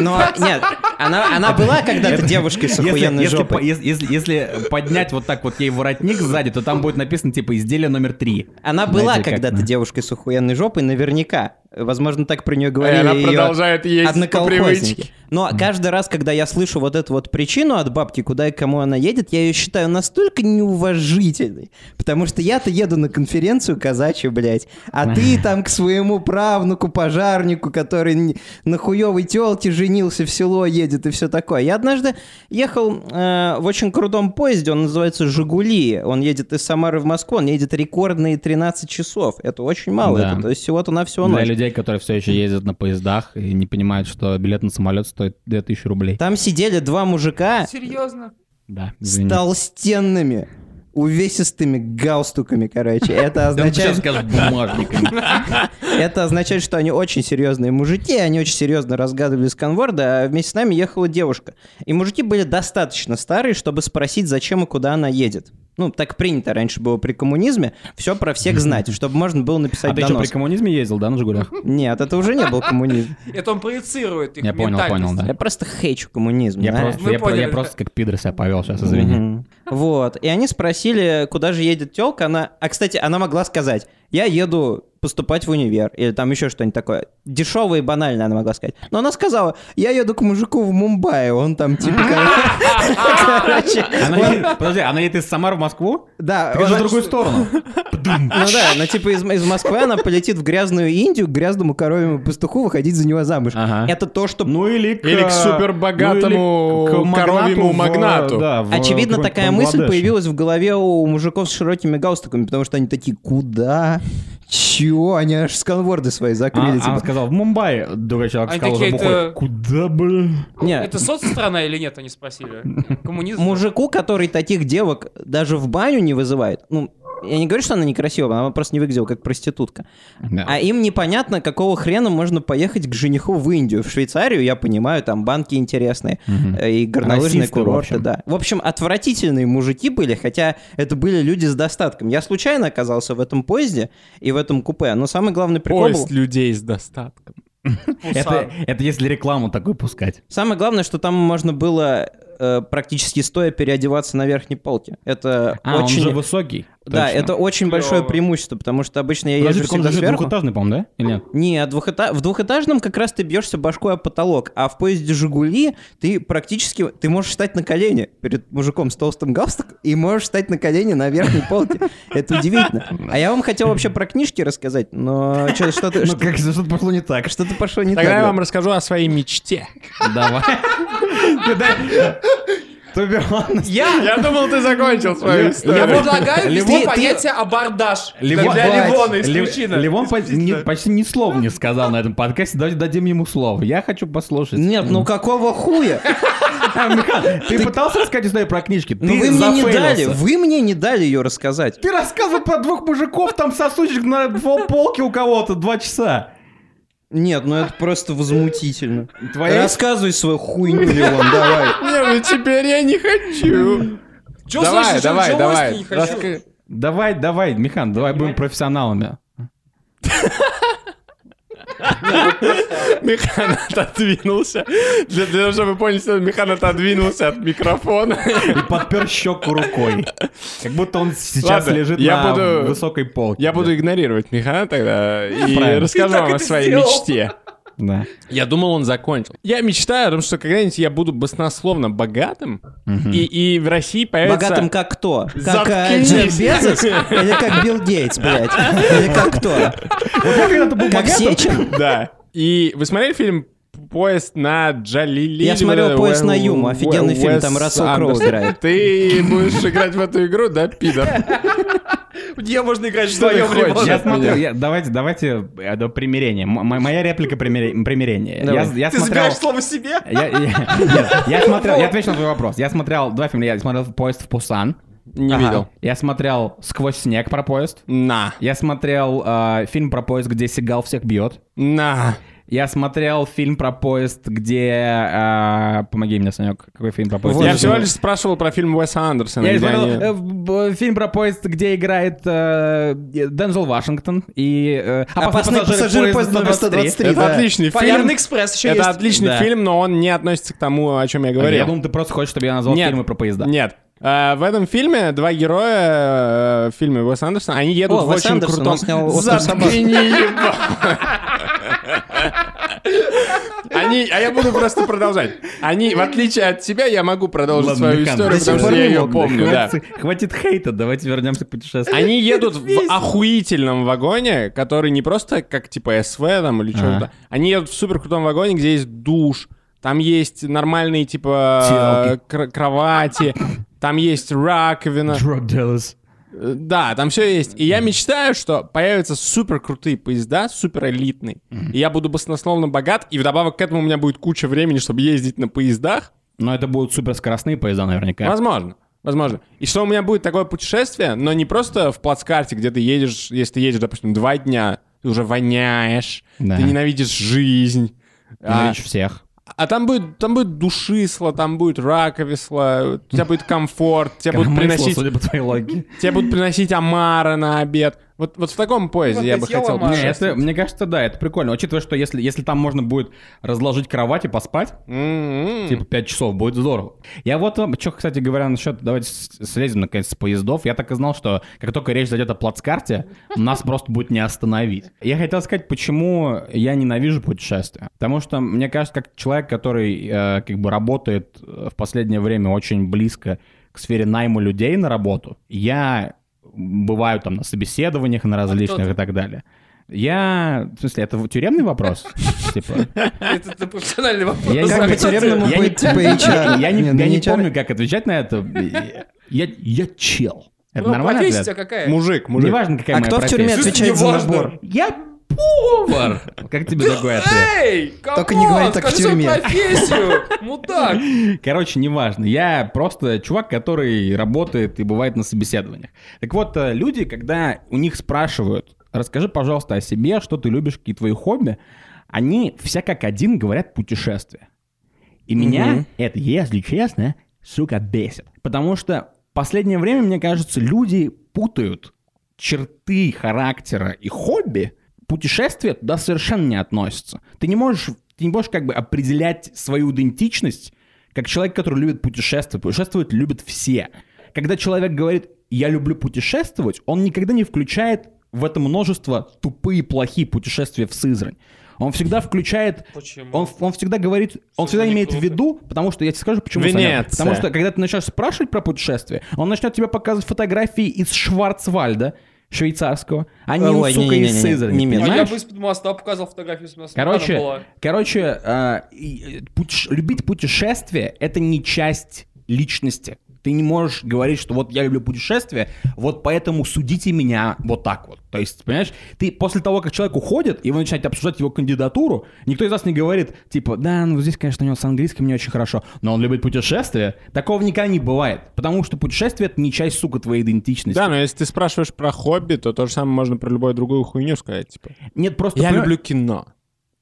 Speaker 3: Но нет, она, она была когда-то девушкой с
Speaker 2: если-
Speaker 3: охуенной
Speaker 2: если, по-
Speaker 3: жопой.
Speaker 2: ес- если, если поднять вот так вот ей воротник сзади, то там будет написано типа изделие номер три.
Speaker 3: Она была
Speaker 2: Знаете, как-
Speaker 3: когда-то девушкой с охуенной жопой, наверняка. Возможно, так про нее говорили
Speaker 5: И Э, она
Speaker 3: её
Speaker 5: продолжает есть по
Speaker 3: одноколхозники.
Speaker 5: привычке.
Speaker 3: Но каждый раз, когда я слышу вот эту вот причину от бабки, куда и кому она едет, я ее считаю настолько неуважительной. Потому что я-то еду на конференцию казачью, блядь, а ты там к своему правнуку, пожарнику, который н- на хуевой телке женился, в село едет и все такое. Я однажды ехал э, в очень крутом поезде, он называется «Жигули». Он едет из Самары в Москву, он едет рекордные 13 часов. Это очень мало,
Speaker 2: Да.
Speaker 3: это, то есть всего-то на все
Speaker 2: Для
Speaker 3: ночь.
Speaker 2: людей, которые все еще ездят на поездах и не понимают, что билет на самолет стоит 2000 рублей.
Speaker 3: Там сидели два мужика,
Speaker 4: Серьезно?
Speaker 2: Да,
Speaker 3: с толстенными, увесистыми галстуками, короче. Это означает,
Speaker 2: скажешь ну, бумажниками.
Speaker 3: это означает, что они очень серьезные мужики, они очень серьезно разгадывали сканворда, а вместе с нами ехала девушка. И мужики были достаточно старые, чтобы спросить, зачем и куда она едет. Ну, так принято раньше было при коммунизме, все про всех знать, чтобы можно было написать
Speaker 2: А ты что, при
Speaker 3: донос.
Speaker 2: коммунизме ездил, да, на «Жигулях»?
Speaker 3: Нет, это уже не был коммунизм.
Speaker 4: Это он проецирует их
Speaker 2: Я понял, понял,
Speaker 4: ментальность.
Speaker 2: да.
Speaker 3: Я просто хейчу коммунизм.
Speaker 2: Я
Speaker 3: знаешь.
Speaker 2: просто,
Speaker 4: Мы
Speaker 2: я, про- я
Speaker 4: поняли.
Speaker 2: просто как пидор себя повел сейчас, извини.
Speaker 3: Мгм. Вот. И они спросили, куда же едет телка. Она... А, кстати, она могла сказать, я еду поступать в универ или там еще что-нибудь такое. Дешево и банально она могла сказать. Но она сказала, я еду к мужику в Мумбаи, он там типа... кор- Короче,
Speaker 2: Она
Speaker 3: он-
Speaker 2: едет- подожди, она едет из Самары в Москву?
Speaker 3: да,
Speaker 2: Так это же
Speaker 3: он-
Speaker 2: в другую сторону.
Speaker 3: Ну да, но типа из, из Москвы она полетит в грязную Индию к грязному коровьему пастуху выходить за него замуж.
Speaker 2: Ага.
Speaker 3: Это то, что
Speaker 2: Ну или к...
Speaker 5: Или к
Speaker 2: э,
Speaker 5: супербогатому
Speaker 2: ну или к
Speaker 5: коровьему
Speaker 2: в,
Speaker 5: магнату.
Speaker 2: да, в
Speaker 3: Очевидно,
Speaker 2: каком-нибудь
Speaker 3: такая мысль
Speaker 2: Бангладеше.
Speaker 3: появилась в голове у мужиков с широкими галстуками, потому что они такие, куда? Чего? Они аж сканворды свои
Speaker 2: А,
Speaker 3: закрыли.
Speaker 2: а, он
Speaker 3: типа.
Speaker 2: сказал, в Мумбаи. Другой человек
Speaker 4: Они
Speaker 2: сказал, уже
Speaker 4: такие,
Speaker 2: бухой,
Speaker 4: это-
Speaker 2: куда, блин?
Speaker 3: Не,
Speaker 4: Это соцстрана или нет, они спросили. Коммунизм?
Speaker 3: мужику, который таких девок даже в баню не вызывает, ну, я не говорю, что она некрасивая, она просто не выглядела как проститутка. А им непонятно, какого хрена можно поехать к жениху в Индию. В Швейцарию, я понимаю, там банки интересные э, и горнолыжные
Speaker 2: Расисты, в
Speaker 3: курорты,
Speaker 2: общем.
Speaker 3: да. В общем, отвратительные мужики были, хотя это были люди с достатком. Я случайно оказался в этом поезде и в этом купе, но самый главный прикол был-
Speaker 5: Поезд людей с достатком.
Speaker 2: Это, это если рекламу такую пускать.
Speaker 3: Самое главное, что там можно было э, практически стоя переодеваться на верхней полке. Это
Speaker 2: А,
Speaker 3: очень...
Speaker 2: он же высокий.
Speaker 3: Да,
Speaker 2: точно.
Speaker 3: это очень большое
Speaker 4: Клёво.
Speaker 3: преимущество, потому что обычно я
Speaker 2: Подожди,
Speaker 3: езжу
Speaker 2: так он
Speaker 3: всегда
Speaker 2: же
Speaker 3: сверху.
Speaker 2: двухэтажный, по-моему, да? Или нет?
Speaker 3: Не, а двухэта- в двухэтажном как раз ты бьешься башкой о потолок, а в поезде «Жигули» ты практически... Ты можешь встать на колени перед мужиком с толстым галстуком и можешь встать на колени на верхней полке. Это удивительно. А я вам хотел вообще про книжки рассказать, но чё- что-то...
Speaker 2: Ну, как же, что-то пошло не так.
Speaker 3: Что-то пошло не так.
Speaker 5: Тогда я
Speaker 3: да.
Speaker 5: вам расскажу о своей мечте.
Speaker 2: Давай.
Speaker 4: Я...
Speaker 5: Я думал, ты закончил свою
Speaker 4: Я
Speaker 5: историю.
Speaker 4: предлагаю
Speaker 2: Ливон,
Speaker 4: ввести
Speaker 2: ты-
Speaker 4: понятие абордаж.
Speaker 2: Ливон-
Speaker 4: Для Ливона
Speaker 2: Лев-
Speaker 4: исключено.
Speaker 2: Левон по- не- почти ни слов не сказал на этом подкасте. Давайте дадим ему слово. Я хочу послушать.
Speaker 3: Нет, ну какого хуя?
Speaker 2: А, Михаил, ты пытался рассказать историю про книжки?
Speaker 3: Ну
Speaker 2: Ты
Speaker 3: вы мне не
Speaker 2: зафейлился.
Speaker 3: дали, вы мне не дали ее рассказать.
Speaker 2: Ты рассказывал про двух мужиков, там сосущих на пол- полке у кого-то два часа.
Speaker 3: Нет, ну это просто возмутительно.
Speaker 2: Твоя-
Speaker 3: Рассказывай свою хуйню, Леон, давай.
Speaker 5: Не, ну теперь я не хочу.
Speaker 4: Чё
Speaker 5: Давай,
Speaker 4: слышишь,
Speaker 5: давай,
Speaker 4: чё
Speaker 5: давай.
Speaker 4: войск не хочу?
Speaker 5: Раска-
Speaker 2: Давай, давай, Михан, давай будем профессионалами.
Speaker 5: Михан отодвинулся. Для для того, чтобы вы поняли, что Михан отодвинулся от микрофона.
Speaker 2: И подпер щеку рукой. Как будто он сейчас
Speaker 5: Ладно,
Speaker 2: лежит
Speaker 5: я
Speaker 2: на
Speaker 5: буду-
Speaker 2: высокой полке.
Speaker 5: Я буду игнорировать Михана тогда и
Speaker 2: Правильно.
Speaker 5: расскажу
Speaker 4: Ты
Speaker 5: вам
Speaker 4: так
Speaker 5: о
Speaker 4: это
Speaker 5: своей
Speaker 4: сделал.
Speaker 5: мечте.
Speaker 2: Да.
Speaker 5: Я думал, он закончил. Я мечтаю о том, что когда-нибудь я буду баснословно богатым, и, и в России появится...
Speaker 3: Богатым как кто? Как э,
Speaker 5: Заткнись.
Speaker 3: Джефф Безос? Или как Билл Гейтс, блядь? Или как кто?
Speaker 2: Вот я когда-то был
Speaker 3: Как
Speaker 2: богатым,
Speaker 3: Сечин?
Speaker 5: Да. И вы смотрели фильм «Поезд на Джалили»?
Speaker 3: Я
Speaker 5: Или
Speaker 3: смотрел
Speaker 5: вот это
Speaker 3: «Поезд на
Speaker 5: Уэ-
Speaker 3: Юму»,
Speaker 5: Уэ-
Speaker 3: офигенный фильм, там
Speaker 5: Уэс
Speaker 3: Рассел Кроу
Speaker 5: Андерсон.
Speaker 3: играет.
Speaker 5: Ты будешь играть в эту игру, да, пидор?
Speaker 4: В нее можно играть в
Speaker 5: Что ты
Speaker 4: своем
Speaker 5: хочешь?
Speaker 4: ремонте.
Speaker 2: Я
Speaker 5: Понятно.
Speaker 2: смотрел, я- давайте, давайте, э, до примирения. М- мо- Моя реплика примири- примирения. Я,
Speaker 3: Давай.
Speaker 2: я
Speaker 4: Ты
Speaker 2: смотрел...
Speaker 4: забираешь слово себе?
Speaker 2: Я, я- нет, я смотрел, я отвечу на твой вопрос. Я смотрел два фильма, я смотрел «Поезд в Пусан»,
Speaker 5: Не
Speaker 4: Ага.
Speaker 5: видел.
Speaker 2: Я смотрел «Сквозь снег» про поезд.
Speaker 5: На.
Speaker 2: Я смотрел э, фильм про поезд, где Сигал всех бьет.
Speaker 5: На.
Speaker 2: Я смотрел фильм про поезд, где... э, помоги мне, Санек, какой фильм про поезд?
Speaker 5: Я
Speaker 2: Я
Speaker 5: всего лишь спрашивал про фильм Уэса Андерсона.
Speaker 2: Я
Speaker 5: где
Speaker 2: смотрел
Speaker 5: они-
Speaker 2: э, б- фильм про поезд, где играет э, Дензел Вашингтон и... э,
Speaker 5: А
Speaker 3: Опасные пассажиры поезда номер 123.
Speaker 5: Это
Speaker 3: да.
Speaker 5: отличный
Speaker 4: Полярный
Speaker 5: фильм.
Speaker 4: экспресс еще
Speaker 5: Это
Speaker 4: есть.
Speaker 5: отличный
Speaker 2: Да.
Speaker 5: фильм, но он не относится к тому, о чем я
Speaker 2: Я
Speaker 5: говорил.
Speaker 2: думал, ты просто хочешь, чтобы я назвал
Speaker 5: Нет.
Speaker 2: фильмы про поезда.
Speaker 5: Нет. Э, В этом фильме два героя э, в фильме Уэс Андерсона, они едут
Speaker 3: О,
Speaker 5: в
Speaker 3: Уэс
Speaker 5: очень
Speaker 3: Андерсон,
Speaker 5: крутом...
Speaker 3: он снял «Остров собак».
Speaker 5: Заткни, еба- Они, а я буду просто продолжать. Они, в отличие от тебя, я могу продолжить
Speaker 2: Ладно,
Speaker 5: свою
Speaker 2: Михан,
Speaker 5: историю,
Speaker 2: до сих
Speaker 5: потому что
Speaker 3: пор
Speaker 5: я
Speaker 3: не
Speaker 5: ее
Speaker 3: мог, да,
Speaker 5: помню, да.
Speaker 2: Хватит- Хватит хейта, давайте вернемся к путешествию.
Speaker 5: Они едут в охуительном вагоне, который не просто как типа СВ там или что-то. Они едут в супер крутом вагоне, где есть душ, там есть нормальные типа
Speaker 2: Сиделки.
Speaker 5: кр- кровати, там есть раковина. Э, Да, там все есть. И я мечтаю, что появятся супер крутые поезда, супер элитные. И я буду баснословно богат, и вдобавок к этому у меня будет куча времени, чтобы ездить на поездах.
Speaker 2: Но это будут суперскоростные поезда наверняка.
Speaker 5: Возможно. Возможно. И что у меня будет такое путешествие, но не просто в плацкарте, где ты едешь, если ты едешь, допустим, два дня, ты уже воняешь,
Speaker 2: Да.
Speaker 5: ты ненавидишь жизнь. А,
Speaker 2: Ненавижу всех.
Speaker 5: а там будет, там будет душисло, там будет раковисло, у тебя будет комфорт, тебе будут
Speaker 2: Коромысло,
Speaker 5: приносить,
Speaker 2: судя по твоей логике.
Speaker 5: тебе будут приносить омара на обед. Вот, вот в таком поезде
Speaker 4: Вот
Speaker 5: я
Speaker 4: ты
Speaker 5: бы
Speaker 4: съел
Speaker 5: хотел.
Speaker 4: омара.
Speaker 5: бы
Speaker 2: Не,
Speaker 5: сейчас.
Speaker 2: это, мне кажется, да, это прикольно. Учитывая, что если, если там можно будет разложить кровать и поспать,
Speaker 5: М-м.
Speaker 2: типа 5 часов, будет здорово. Я вот, что, кстати говоря, насчет, давайте с- слезем наконец с поездов. Я так и знал, что как только речь зайдет о плацкарте, нас просто будет не остановить. Я хотел сказать, почему я ненавижу путешествия. Потому что, мне кажется, как человек, который э, как бы работает э, в последнее время очень близко к сфере найма людей на работу, я бываю там на собеседованиях, на различных и так далее. Я... В смысле, это тюремный вопрос? Типа...
Speaker 4: Это это профессиональный вопрос.
Speaker 2: Я не
Speaker 3: Как
Speaker 2: знаю,
Speaker 3: по тюремному
Speaker 2: я не-
Speaker 3: быть, типа HR.
Speaker 2: Я не,
Speaker 3: Не,
Speaker 2: я
Speaker 3: ну
Speaker 2: не
Speaker 3: HR.
Speaker 2: помню, как отвечать на это. Я, я чел. Это
Speaker 4: Ну,
Speaker 2: нормальный
Speaker 4: профессия
Speaker 2: ответ?
Speaker 4: какая?
Speaker 5: Мужик, мужик.
Speaker 2: Неважно, какая
Speaker 3: А
Speaker 2: моя
Speaker 3: кто в тюрьме
Speaker 2: профессия.
Speaker 3: отвечает за
Speaker 4: Неважно.
Speaker 3: набор?
Speaker 2: Я повар. Как тебе такой ответ?
Speaker 4: Эй,
Speaker 3: Только не
Speaker 4: камон,
Speaker 3: говори так в
Speaker 4: скажи свою
Speaker 3: тюрьме.
Speaker 4: профессию, мудак.
Speaker 2: Короче, неважно. Я просто чувак, который работает и бывает на собеседованиях. Так вот, э, люди, когда у них спрашивают, расскажи, пожалуйста, о себе, что ты любишь, какие твои хобби, они все как один говорят путешествия. И меня это, если честно, сука, бесит. Потому что в последнее время, мне кажется, люди путают черты характера и хобби, путешествия туда совершенно не относятся. Ты не можешь, ты не можешь как бы определять свою идентичность как человек, который любит путешествовать. Путешествовать любят все. Когда человек говорит «я люблю путешествовать», он никогда не включает в это множество тупые, плохие путешествия в Сызрань. Он всегда включает...
Speaker 4: Почему?
Speaker 2: Он, он всегда говорит... Он всегда
Speaker 4: не
Speaker 2: имеет в
Speaker 4: круто.
Speaker 2: виду, потому что я тебе скажу, почему. Санек.
Speaker 5: Венеция.
Speaker 2: Потому что когда ты начнешь спрашивать про путешествие, он начнет тебе показывать фотографии из Шварцвальда, швейцарского, а не,
Speaker 3: Ой,
Speaker 2: сука,
Speaker 3: не-не-не-не,
Speaker 2: из Сызрани,
Speaker 3: не
Speaker 4: А
Speaker 3: мешай.
Speaker 4: я
Speaker 2: понимаешь?
Speaker 4: бы из-под моста показал фотографию с моста. Она была.
Speaker 2: Короче, короче э, и, э, путеше- любить путешествие — это не часть личности. Ты не можешь говорить, что вот я люблю путешествия, вот поэтому судите меня вот так вот. То есть, понимаешь, ты после того, как человек уходит, и вы начинаете обсуждать его кандидатуру, никто из вас не говорит, типа, да, ну здесь, конечно, у него с английским не очень хорошо, но он любит путешествия. Такого никогда не бывает, потому что путешествие — это не часть, сука, твоей идентичности.
Speaker 5: Да, но если ты спрашиваешь про хобби, то то же самое можно про любую другую хуйню сказать. Типа.
Speaker 2: Нет, просто...
Speaker 5: Я
Speaker 2: понимаешь-
Speaker 5: люблю кино.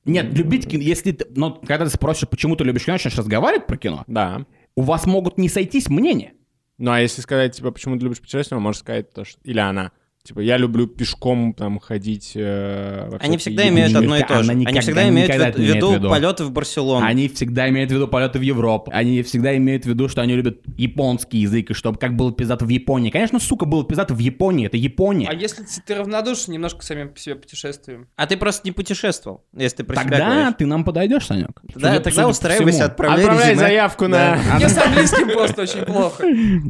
Speaker 2: Нет, любить кино, если ты... Но когда ты спросишь, почему ты любишь кино, начинаешь разговаривать про кино,
Speaker 5: Да.
Speaker 2: у вас могут не сойтись мнения.
Speaker 5: Ну а если сказать, типа, почему ты любишь путешествия, можно сказать то, что... Или она. Типа, я люблю пешком там ходить. э, во
Speaker 3: Они
Speaker 5: всякие
Speaker 3: всегда
Speaker 5: еду.
Speaker 3: имеют
Speaker 2: Никогда,
Speaker 3: одно и то же.
Speaker 2: а она
Speaker 3: Они
Speaker 2: никогда,
Speaker 3: всегда имеют
Speaker 2: никогда
Speaker 3: в
Speaker 2: это не имеет в
Speaker 3: виду
Speaker 2: виду.
Speaker 3: полеты в Барселону.
Speaker 2: Они всегда имеют в виду полеты в Европу. Они всегда имеют в виду, что они любят японский язык, и чтобы как было пиздато в Японии. Конечно, сука, было пиздато в Японии. Это Япония.
Speaker 4: А если ты ты равнодушен немножко к самим по себе путешествием?
Speaker 3: А ты просто не путешествовал, если ты про себя
Speaker 2: Тогда
Speaker 3: говоришь.
Speaker 2: ты нам подойдешь, Санек.
Speaker 3: Да,
Speaker 2: Судя- судя
Speaker 3: тогда
Speaker 2: по
Speaker 3: устраивайся,
Speaker 2: всему.
Speaker 3: отправляй,
Speaker 5: Отправляй
Speaker 3: резюме.
Speaker 5: заявку
Speaker 3: Да.
Speaker 5: на...
Speaker 4: Я с английским просто очень плохо.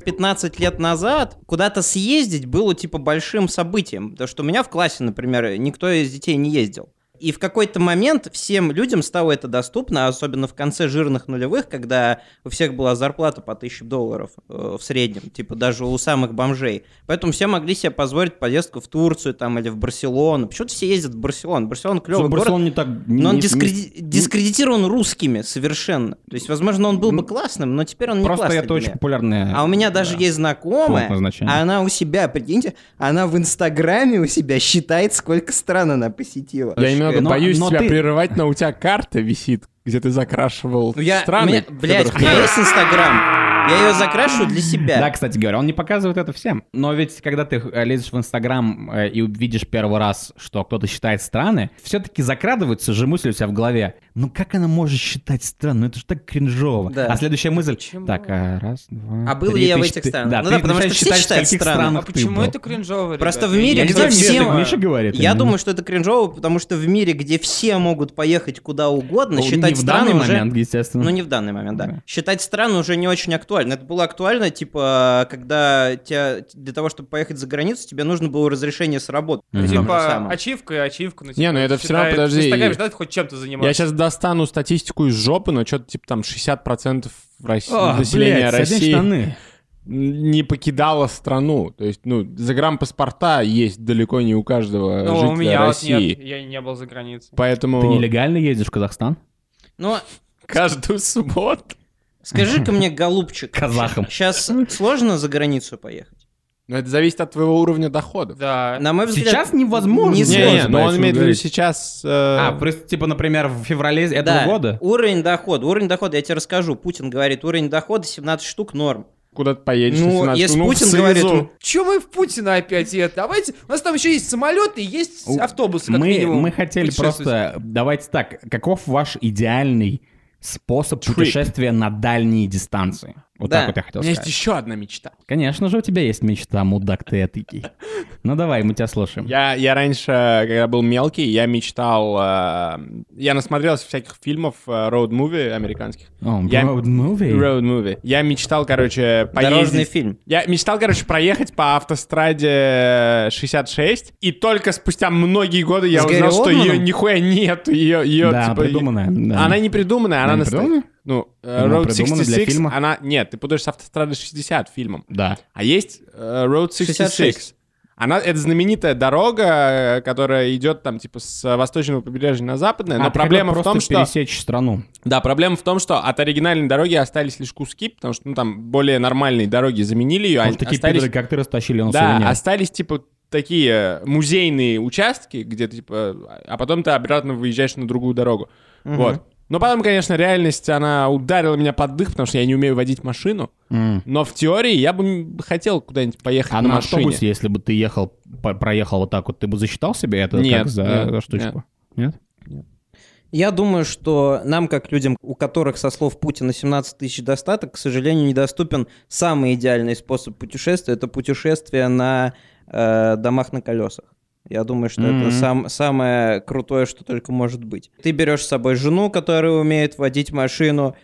Speaker 3: 15 лет назад куда-то съездить было типа большим событием. Потому что у меня в классе, например, никто из детей не ездил. И в какой-то момент всем людям стало это доступно, особенно в конце жирных нулевых, когда у всех была зарплата по 1000 долларов э, в среднем, типа даже у самых бомжей. Поэтому все могли себе позволить поездку в Турцию там или в Барселону. Почему-то все ездят в Барселону. Барселона клевый город,
Speaker 2: Барселон не так...
Speaker 3: но он
Speaker 2: не-
Speaker 3: дискреди- дискредитирован русскими совершенно. То есть, возможно, он был бы классным, но теперь он не
Speaker 2: Просто
Speaker 3: классный
Speaker 2: это
Speaker 3: для
Speaker 2: очень
Speaker 3: меня.
Speaker 2: популярное...
Speaker 3: А у меня даже
Speaker 2: Э, да,
Speaker 3: есть знакомая,
Speaker 2: пункт назначения.
Speaker 3: а она у себя, прикиньте, она в Инстаграме у себя считает, сколько стран она посетила.
Speaker 5: Я немного
Speaker 2: но-
Speaker 5: боюсь
Speaker 2: но
Speaker 5: тебя
Speaker 2: ты-
Speaker 5: прерывать, но у тебя карта висит, где ты закрашивал
Speaker 3: Ну, я,
Speaker 5: страны.
Speaker 3: у меня- блядь, у
Speaker 5: которых-
Speaker 3: меня есть Инстаграм. Я ее закрашиваю для себя.
Speaker 2: Да, кстати говоря, он не показывает это всем. Но ведь когда ты э, лезешь в Инстаграм э, и видишь первый раз, что кто-то считает страны, все-таки закрадывается же мысль у тебя в голове. Ну как она может считать страны? Ну это же так кринжово.
Speaker 3: Да.
Speaker 2: А следующая мысль...
Speaker 4: Почему?
Speaker 2: Так, а, раз, два,
Speaker 3: А был
Speaker 2: три,
Speaker 3: ли я
Speaker 2: ты
Speaker 3: в этих
Speaker 2: чет-
Speaker 3: странах?
Speaker 2: Да,
Speaker 3: Ну
Speaker 2: ты
Speaker 3: да, потому что
Speaker 2: начинаешь считать, в
Speaker 3: все считают
Speaker 2: каких
Speaker 3: страны.
Speaker 2: странах
Speaker 4: А
Speaker 2: ты
Speaker 4: почему
Speaker 2: был.
Speaker 4: это кринжово,
Speaker 3: Просто
Speaker 4: ребят?
Speaker 3: в мире,
Speaker 2: Я не
Speaker 3: где
Speaker 2: знаю, мне
Speaker 3: все...
Speaker 2: так Миша говорит.
Speaker 3: Я
Speaker 2: не-
Speaker 3: думаю, что это кринжово, потому что в мире, где все могут поехать куда угодно,
Speaker 2: Ну,
Speaker 3: считать
Speaker 2: не в
Speaker 3: страны
Speaker 2: данный
Speaker 3: уже...
Speaker 2: момент, естественно.
Speaker 3: Ну, не в данный момент, да.
Speaker 2: Да.
Speaker 3: Считать страны уже не очень актуально. Это было актуально, типа, когда тебя, для того, чтобы поехать за границу, тебе нужно было разрешение с работы.
Speaker 2: Мгм.
Speaker 3: Там же
Speaker 4: Типа,
Speaker 3: самое.
Speaker 5: а-
Speaker 4: ачивка и ачивка. Ну,
Speaker 5: Не, ну это всё равно, подожди, и-
Speaker 4: надо хоть чем-то заниматься.
Speaker 5: Я сейчас достану статистику из жопы, но что-то типа там 60% Росси-
Speaker 2: О,
Speaker 5: населения
Speaker 2: А, блядь, садись
Speaker 5: России
Speaker 2: штаны.
Speaker 5: не покидало страну. То есть, ну, загранпаспорта есть далеко не у каждого
Speaker 4: Ну,
Speaker 5: жителя
Speaker 4: у меня вот
Speaker 5: э, России.
Speaker 4: нет, я не был за границей.
Speaker 5: Поэтому
Speaker 2: Ты нелегально ездишь в Казахстан?
Speaker 3: Ну,
Speaker 5: каждую субботу...
Speaker 3: скажи-ка мне, голубчик,
Speaker 2: Казахом.
Speaker 3: сейчас сложно за границу поехать?
Speaker 5: Но это зависит от твоего уровня дохода.
Speaker 4: Да.
Speaker 3: На мой взгляд...
Speaker 2: Сейчас невозможно. ну,
Speaker 3: не
Speaker 2: Не,
Speaker 5: Не, не,
Speaker 3: сложно,
Speaker 5: но он
Speaker 2: поэтому
Speaker 5: имеет в виду
Speaker 2: говорить.
Speaker 5: сейчас... э,
Speaker 2: А, просто, типа, например, в феврале этого
Speaker 3: Да,
Speaker 2: года?
Speaker 3: Уровень дохода. Уровень дохода, я тебе расскажу. Путин говорит, уровень дохода 17 штук норм.
Speaker 5: куда ты поедешь?
Speaker 3: ну,
Speaker 5: 18,
Speaker 3: если
Speaker 5: в
Speaker 3: Путин
Speaker 5: Сызу.
Speaker 3: говорит, ну,
Speaker 4: Че мы в Путина опять и это? Давайте, у нас там еще есть самолеты, и есть
Speaker 2: У-
Speaker 4: автобусы, как
Speaker 2: Мы,
Speaker 4: минимум.
Speaker 2: мы хотели
Speaker 4: путешествовать.
Speaker 2: просто... Давайте так, каков ваш идеальный способ путешествия на дальние дистанции? Вот
Speaker 3: Да.
Speaker 2: так вот я хотел
Speaker 5: У меня есть
Speaker 2: сказать.
Speaker 5: еще одна мечта.
Speaker 2: Конечно же, у тебя есть мечта, мудак ты этакий. Ну давай, мы тебя слушаем.
Speaker 5: Я, я раньше, когда был мелкий, я мечтал... э, я насмотрелся всяких фильмов, роуд-муви американских.
Speaker 2: О,
Speaker 5: я-
Speaker 2: road movie?
Speaker 5: Роуд-муви. Я мечтал, короче,
Speaker 3: дорожный
Speaker 5: поездить...
Speaker 3: фильм.
Speaker 5: Я мечтал, короче, проехать по автостраде 66, и только спустя многие годы я
Speaker 3: С Гэри
Speaker 5: узнал, что
Speaker 3: Олдманом?
Speaker 5: ее нихуя нет, ее, ее
Speaker 2: Да,
Speaker 5: типа,
Speaker 2: придуманная. да.
Speaker 5: Она не придуманная, она,
Speaker 2: не
Speaker 5: наста-
Speaker 2: придуманная?
Speaker 5: Ну, э,
Speaker 2: Она
Speaker 5: Road
Speaker 2: придумана для
Speaker 5: 66,
Speaker 2: фильма?
Speaker 5: она... Нет, ты путаешь с автострады 60 фильмом.
Speaker 2: Да.
Speaker 5: А есть э, Road 66.
Speaker 3: 66.
Speaker 5: Она, это знаменитая дорога, э, которая идет там типа с восточного побережья на западное, но
Speaker 2: А, ты
Speaker 5: проблема
Speaker 2: хотел
Speaker 5: в том,
Speaker 2: просто
Speaker 5: что...
Speaker 2: пересечь страну.
Speaker 5: Да, проблема в том, что от оригинальной дороги остались лишь куски, потому что ну, там более нормальные дороги заменили ее, а
Speaker 2: Потому что такие
Speaker 5: остались...
Speaker 2: пидоры, как ты, растащили на
Speaker 5: Да,
Speaker 2: сувенир.
Speaker 5: остались типа такие э, музейные участки, где ты типа, а потом ты обратно выезжаешь на другую дорогу. Вот. Но потом, конечно, реальность, она ударила меня под дых, потому что я не умею водить машину.
Speaker 2: М.
Speaker 5: Но в теории я бы м, хотел куда-нибудь поехать
Speaker 2: А
Speaker 5: на,
Speaker 2: на
Speaker 5: машине.
Speaker 2: автобусе, если бы ты ехал, по- проехал вот так вот, ты бы засчитал себе это
Speaker 5: Нет,
Speaker 2: как за,
Speaker 5: нет,
Speaker 2: за штучку?
Speaker 3: Я думаю, что нам, как людям, у которых, со слов Путина, 17 тысяч достаток, к сожалению, недоступен самый идеальный способ путешествия. Это путешествие на э, домах на колесах. Я думаю, что
Speaker 2: Мгм.
Speaker 3: это сам- самое крутое, что только может быть. Ты берешь с собой жену, которая умеет водить машину,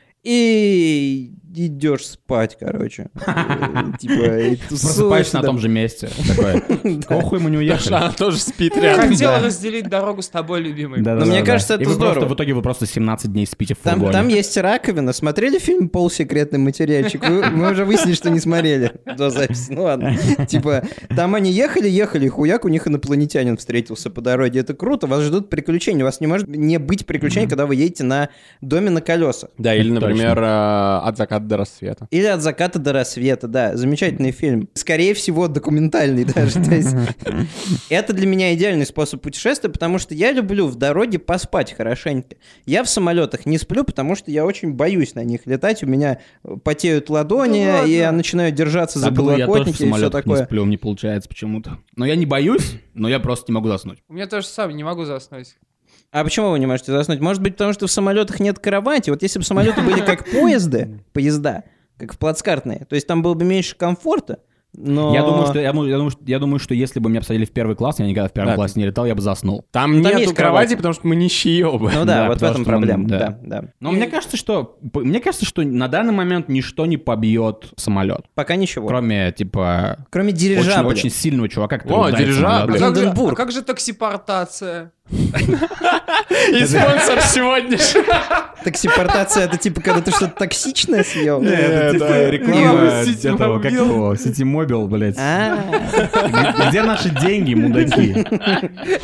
Speaker 3: и идешь спать, короче. Э, Типа, и
Speaker 2: Просыпаешься на
Speaker 3: тусуешься.
Speaker 2: том же месте. Такое, Похуй мы не
Speaker 5: Потому что
Speaker 2: уехали.
Speaker 5: она тоже спит
Speaker 4: Я
Speaker 5: рядом.
Speaker 4: хотел разделить дорогу с тобой, любимый.
Speaker 2: Да-да-да-да.
Speaker 3: Но мне кажется,
Speaker 2: И
Speaker 3: это
Speaker 2: вы просто-
Speaker 3: здорово.
Speaker 2: В итоге вы просто 17 дней спите в
Speaker 3: Там, там
Speaker 2: фургоне.
Speaker 3: есть раковина. Смотрели фильм «Полсекретный материальчик»? Вы- мы уже выяснили, что не смотрели до записи. Ну ладно. Типа, там они ехали, ехали, и хуяк у них инопланетянин встретился по дороге. Это круто, вас ждут приключения. У вас не может не быть приключений, когда вы едете на доме на колесах.
Speaker 5: Да, или,
Speaker 2: Точно.
Speaker 5: например, э, от заката до рассвета.
Speaker 3: Или «От заката до рассвета», да. Замечательный фильм. Скорее всего, документальный даже. То есть, Это для меня идеальный способ путешествия, потому что я люблю в дороге поспать хорошенько. Я в самолетах не сплю, потому что я очень боюсь на них летать. У меня э, потеют ладони,
Speaker 4: Да ладно.
Speaker 3: и я начинаю держаться за
Speaker 2: Так было, А я тоже в
Speaker 3: подлокотники и все
Speaker 2: самолетах не
Speaker 3: такое.
Speaker 2: сплю, не получается почему-то. Но я не боюсь, но я просто не могу заснуть.
Speaker 4: У меня тоже самое, не могу заснуть.
Speaker 3: А почему вы не можете заснуть? Может быть, потому что в самолетах нет кровати. Вот если бы самолеты были как поезды, поезда, как в плацкартные, то есть там было бы меньше комфорта, но...
Speaker 2: Я думаю, что я му- я думаю, что- я думаю, что если бы меня посадили в первый класс, я никогда в первом
Speaker 5: Да,
Speaker 2: классе не летал, я бы заснул.
Speaker 5: Там,
Speaker 3: Там
Speaker 5: нету
Speaker 3: есть
Speaker 5: кровати,
Speaker 3: кровать.
Speaker 5: потому что мы нищеёбы.
Speaker 2: Да,
Speaker 3: Ну да, вот в
Speaker 2: потому
Speaker 3: этом
Speaker 2: что мы-
Speaker 3: проблема.
Speaker 2: да.
Speaker 3: Да, да.
Speaker 2: Но мне кажется, что п- мне кажется, что на данный момент ничто не побьет самолет,
Speaker 3: Пока ничего.
Speaker 2: кроме типа
Speaker 3: Кроме дирижабля.
Speaker 2: очень, очень сильного чувака, который
Speaker 5: О,
Speaker 2: ударит
Speaker 4: А
Speaker 5: дирижабль.
Speaker 2: самолет.
Speaker 4: как, же, а
Speaker 3: Гинденбург.
Speaker 4: как же таксипортация?
Speaker 5: И спонсор сегодня.
Speaker 3: Таксипортация — это типа, когда ты что-то токсичное съел?
Speaker 2: Это типа реклама
Speaker 5: Реклама Сити
Speaker 2: этого, как
Speaker 5: Мобил.
Speaker 2: его, Сити Мобил, блядь.
Speaker 3: А,
Speaker 2: Где где наши деньги, мудаки?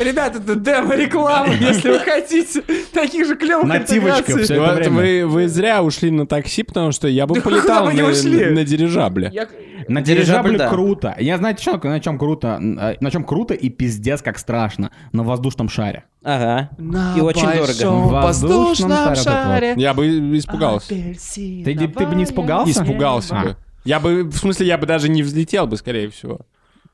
Speaker 4: Ребята, это демо-реклама, если вы хотите таких же клевых
Speaker 2: Нативочка,
Speaker 4: интеграций.
Speaker 2: всё это
Speaker 5: Вот
Speaker 2: время.
Speaker 5: вы, вы зря ушли на такси, потому что я бы
Speaker 4: Да куда
Speaker 5: полетал
Speaker 4: вы
Speaker 5: на,
Speaker 4: не ушли?
Speaker 5: на дирижабле.
Speaker 4: Я-
Speaker 2: На
Speaker 3: Дирижабль,
Speaker 2: дирижабле
Speaker 3: да.
Speaker 2: круто. Я знаете, чё, на чем круто? Э, На чем круто и пиздец как страшно. На воздушном шаре.
Speaker 3: Ага.
Speaker 4: На
Speaker 3: И очень дорого.
Speaker 4: большом
Speaker 2: В воздушном
Speaker 4: воздушном
Speaker 2: шаре
Speaker 4: шаре.
Speaker 5: Я бы
Speaker 4: А,
Speaker 5: испугался.
Speaker 4: Апельсиновая
Speaker 2: Ты, ты бы не испугался?
Speaker 5: Испугался
Speaker 2: А.
Speaker 5: бы. Я бы, в смысле, я бы даже не взлетел бы, скорее всего.